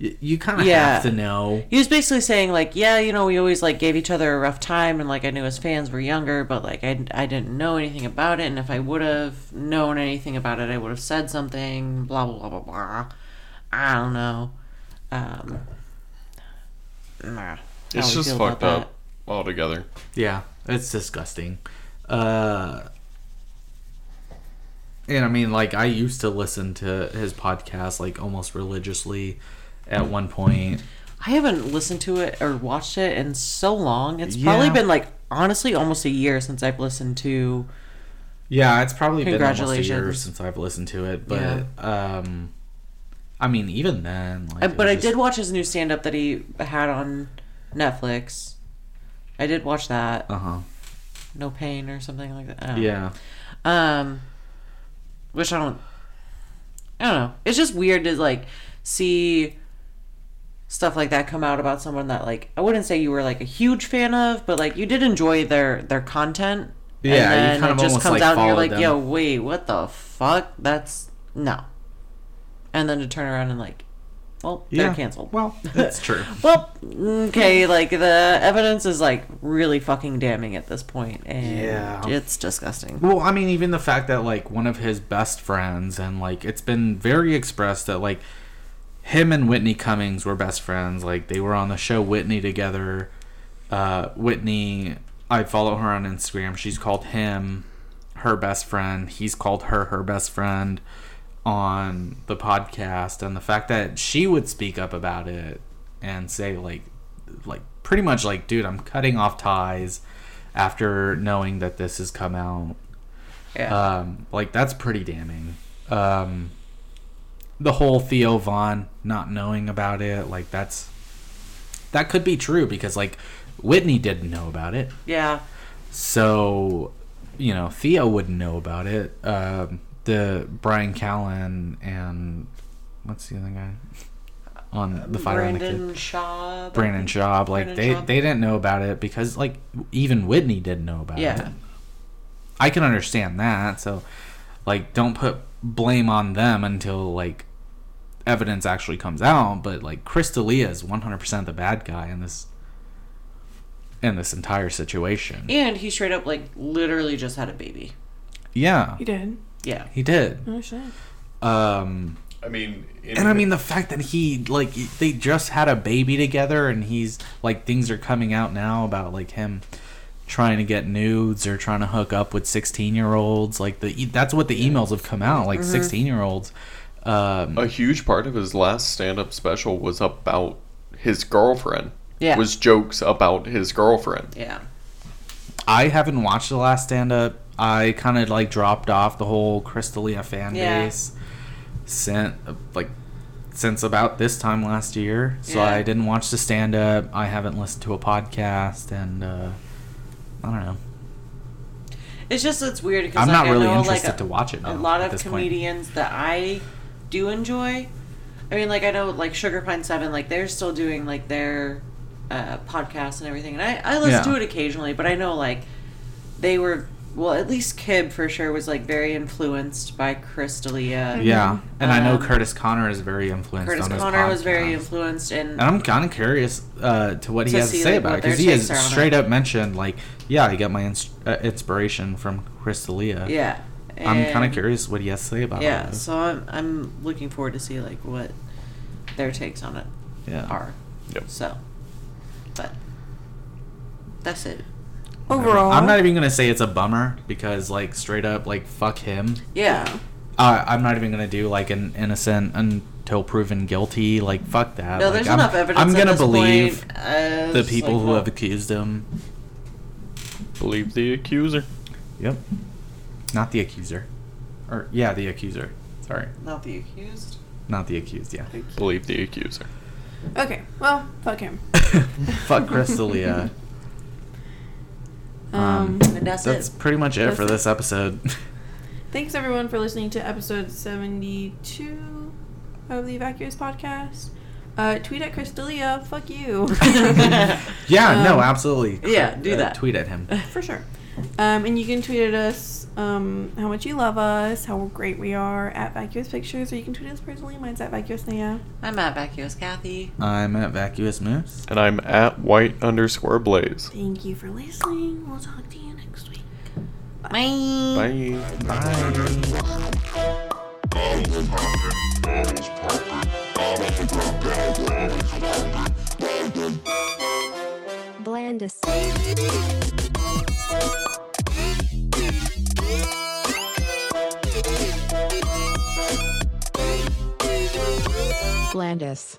[SPEAKER 2] y- you kind of
[SPEAKER 5] Yeah.
[SPEAKER 2] have to know.
[SPEAKER 5] he was basically saying like, yeah, you know, we always like gave each other a rough time, and like I knew his fans were younger, but like I I didn't know anything about it, and if I would have known anything about it, I would have said something. Blah blah blah blah blah. I don't know. Um, nah, how
[SPEAKER 4] It's
[SPEAKER 5] we
[SPEAKER 4] just
[SPEAKER 5] feel about
[SPEAKER 4] fucked
[SPEAKER 5] that.
[SPEAKER 4] up altogether.
[SPEAKER 2] Yeah, it's disgusting. Uh, and I mean, like I used to listen to his podcast like almost religiously. At one point,
[SPEAKER 5] I haven't listened to it or watched it in so long. It's probably
[SPEAKER 2] Yeah.
[SPEAKER 5] been like honestly almost a year since I've listened to.
[SPEAKER 2] Yeah, it's probably been almost a year
[SPEAKER 5] Congratulations.
[SPEAKER 2] since I've listened to it, but um, I mean, even then, like,
[SPEAKER 5] I-
[SPEAKER 2] it
[SPEAKER 5] Uh, but I
[SPEAKER 2] just-
[SPEAKER 5] did watch his new stand up that he had on Netflix. I did watch that.
[SPEAKER 2] Uh-huh.
[SPEAKER 5] No pain or something like that. I don't know.
[SPEAKER 2] Yeah,
[SPEAKER 5] Um, which I don't. I don't know. It's just weird to like see stuff like that come out about someone that like I wouldn't say you were like a huge fan of, but like you did enjoy their their content.
[SPEAKER 2] Yeah, you kind of almost, like,
[SPEAKER 5] and you're
[SPEAKER 2] followed
[SPEAKER 5] like, yo,
[SPEAKER 2] them.
[SPEAKER 5] wait, what the fuck? That's no. And then to turn around and like, well,
[SPEAKER 2] yeah.
[SPEAKER 5] they're canceled.
[SPEAKER 2] Well, that's true.
[SPEAKER 5] Well, okay, like the evidence is like really fucking damning at this point, and
[SPEAKER 2] Yeah. Uh,
[SPEAKER 5] it's disgusting.
[SPEAKER 2] Well, I mean, even the fact that like one of his best friends, and like it's been very expressed that like him and Whitney Cummings were best friends. Like they were on the show Whitney together. Uh, Whitney, I follow her on Instagram. She's called him her best friend. He's called her her best friend on the podcast, and the fact that she would speak up about it and say like, like pretty much like, dude, I'm cutting off ties after knowing that this has come out
[SPEAKER 5] Yeah.
[SPEAKER 2] um, like that's pretty damning. Um, the whole Theo Vaughn not knowing about it, like that's that could be true because like Whitney didn't know about it,
[SPEAKER 5] Yeah.
[SPEAKER 2] so you know Theo wouldn't know about it. Um, the Brian Callen and what's the other guy on the fire on the kid?
[SPEAKER 5] Brandon Shaw.
[SPEAKER 2] Brandon Schaub, like
[SPEAKER 5] Brandon
[SPEAKER 2] they
[SPEAKER 5] Schaub.
[SPEAKER 2] they didn't know about it because like even Whitney didn't know about it.
[SPEAKER 5] Yeah.
[SPEAKER 2] I can understand that. So, like, don't put blame on them until like evidence actually comes out. But like, Chris D'Elia is one hundred percent the bad guy in this in this entire situation.
[SPEAKER 5] And he straight up like literally just had a baby.
[SPEAKER 2] Yeah,
[SPEAKER 3] You did.
[SPEAKER 5] Yeah.
[SPEAKER 2] he did.
[SPEAKER 3] Oh shit.
[SPEAKER 2] Um,
[SPEAKER 4] I mean, in
[SPEAKER 2] and I mean the fact that he like they just had a baby together, and he's like things are coming out now about like him trying to get nudes or trying to hook up with 16 year olds like the e- that's what the emails have come out
[SPEAKER 5] Mm-hmm.
[SPEAKER 2] like 16 year olds um
[SPEAKER 4] a huge part of his last stand-up special was about his girlfriend.
[SPEAKER 5] Yeah.
[SPEAKER 4] Was jokes about his girlfriend.
[SPEAKER 5] Yeah.
[SPEAKER 2] I haven't watched the last stand up. I kind of like dropped off the whole Crystalia fan
[SPEAKER 5] Yeah.
[SPEAKER 2] base since like since about this time last year. So
[SPEAKER 5] Yeah.
[SPEAKER 2] I didn't watch the stand up. I haven't listened to a podcast, and uh, I don't know.
[SPEAKER 5] It's just it's weird because
[SPEAKER 2] I'm
[SPEAKER 5] like,
[SPEAKER 2] not really
[SPEAKER 5] I know,
[SPEAKER 2] interested
[SPEAKER 5] like, a,
[SPEAKER 2] to watch it. Now,
[SPEAKER 5] a lot
[SPEAKER 2] at
[SPEAKER 5] of
[SPEAKER 2] this point.
[SPEAKER 5] comedians that I do enjoy. I mean, like I know like Sugar Pine Seven, like they're still doing like their uh, podcast and everything, and I I listen
[SPEAKER 2] Yeah.
[SPEAKER 5] to it occasionally, but I know like they were well, at least Kib for sure was like very influenced by Crystalia.
[SPEAKER 2] Yeah, and I know
[SPEAKER 5] Um,
[SPEAKER 2] Curtis Connor is very influenced.
[SPEAKER 5] Curtis
[SPEAKER 2] on his
[SPEAKER 5] Connor was very
[SPEAKER 2] podcast.
[SPEAKER 5] influenced, and
[SPEAKER 2] And I'm kind of curious uh, to what he
[SPEAKER 5] To
[SPEAKER 2] has to
[SPEAKER 5] see,
[SPEAKER 2] say
[SPEAKER 5] like,
[SPEAKER 2] about
[SPEAKER 5] what
[SPEAKER 2] it because
[SPEAKER 5] their
[SPEAKER 2] he has
[SPEAKER 5] takes are on
[SPEAKER 2] straight
[SPEAKER 5] it.
[SPEAKER 2] up mentioned like, yeah, I got my ins- uh, inspiration from Crystalia.
[SPEAKER 5] yeah,
[SPEAKER 2] I'm kind of
[SPEAKER 5] and-
[SPEAKER 2] curious what he has to say about all
[SPEAKER 5] Yeah,
[SPEAKER 2] this.
[SPEAKER 5] so I'm I'm looking forward to see like what their takes on it
[SPEAKER 2] yeah.
[SPEAKER 5] are.
[SPEAKER 4] Yep.
[SPEAKER 5] So, but that's it.
[SPEAKER 3] Overall,
[SPEAKER 2] I'm not even gonna say it's a bummer because like straight up like fuck him.
[SPEAKER 5] Yeah,
[SPEAKER 2] Uh, I'm not even gonna do like an innocent until proven guilty. Like fuck that.
[SPEAKER 5] no,
[SPEAKER 2] Like,
[SPEAKER 5] there's
[SPEAKER 2] I'm,
[SPEAKER 5] enough evidence.
[SPEAKER 2] I'm
[SPEAKER 5] at
[SPEAKER 2] gonna
[SPEAKER 5] this
[SPEAKER 2] believe
[SPEAKER 5] point. Uh,
[SPEAKER 2] the
[SPEAKER 5] it's
[SPEAKER 2] people
[SPEAKER 5] like,
[SPEAKER 2] who
[SPEAKER 5] no.
[SPEAKER 2] have accused him.
[SPEAKER 4] Believe the accuser.
[SPEAKER 2] Yep. Not the accuser. Or yeah, the accuser. Sorry,
[SPEAKER 5] not the accused.
[SPEAKER 2] not the accused. Yeah.
[SPEAKER 4] Believe the accuser.
[SPEAKER 3] Okay, well, fuck him.
[SPEAKER 2] Fuck Crystalia.
[SPEAKER 3] Um,
[SPEAKER 5] And that's,
[SPEAKER 2] That's
[SPEAKER 5] it.
[SPEAKER 2] pretty much it
[SPEAKER 3] That's
[SPEAKER 2] for
[SPEAKER 3] it.
[SPEAKER 2] this episode.
[SPEAKER 3] Thanks everyone for listening to episode 72 of the Vacuous Podcast. Uh, tweet at Crystalia, fuck you.
[SPEAKER 2] yeah, no,
[SPEAKER 3] Um,
[SPEAKER 2] absolutely.
[SPEAKER 5] yeah, do that.
[SPEAKER 2] Tweet at him.
[SPEAKER 3] For sure. Um, and you can tweet at us um, how much you love us, how great we are at Vacuous Pictures, or you can tweet us personally. Mine's at Vacuous Naya.
[SPEAKER 5] I'm at Vacuous Kathy.
[SPEAKER 2] I'm at Vacuous Moose.
[SPEAKER 4] And I'm at white underscore blaze.
[SPEAKER 3] Thank you for listening. We'll talk to you next week.
[SPEAKER 5] Bye.
[SPEAKER 4] Bye.
[SPEAKER 6] Blandis. Blandis.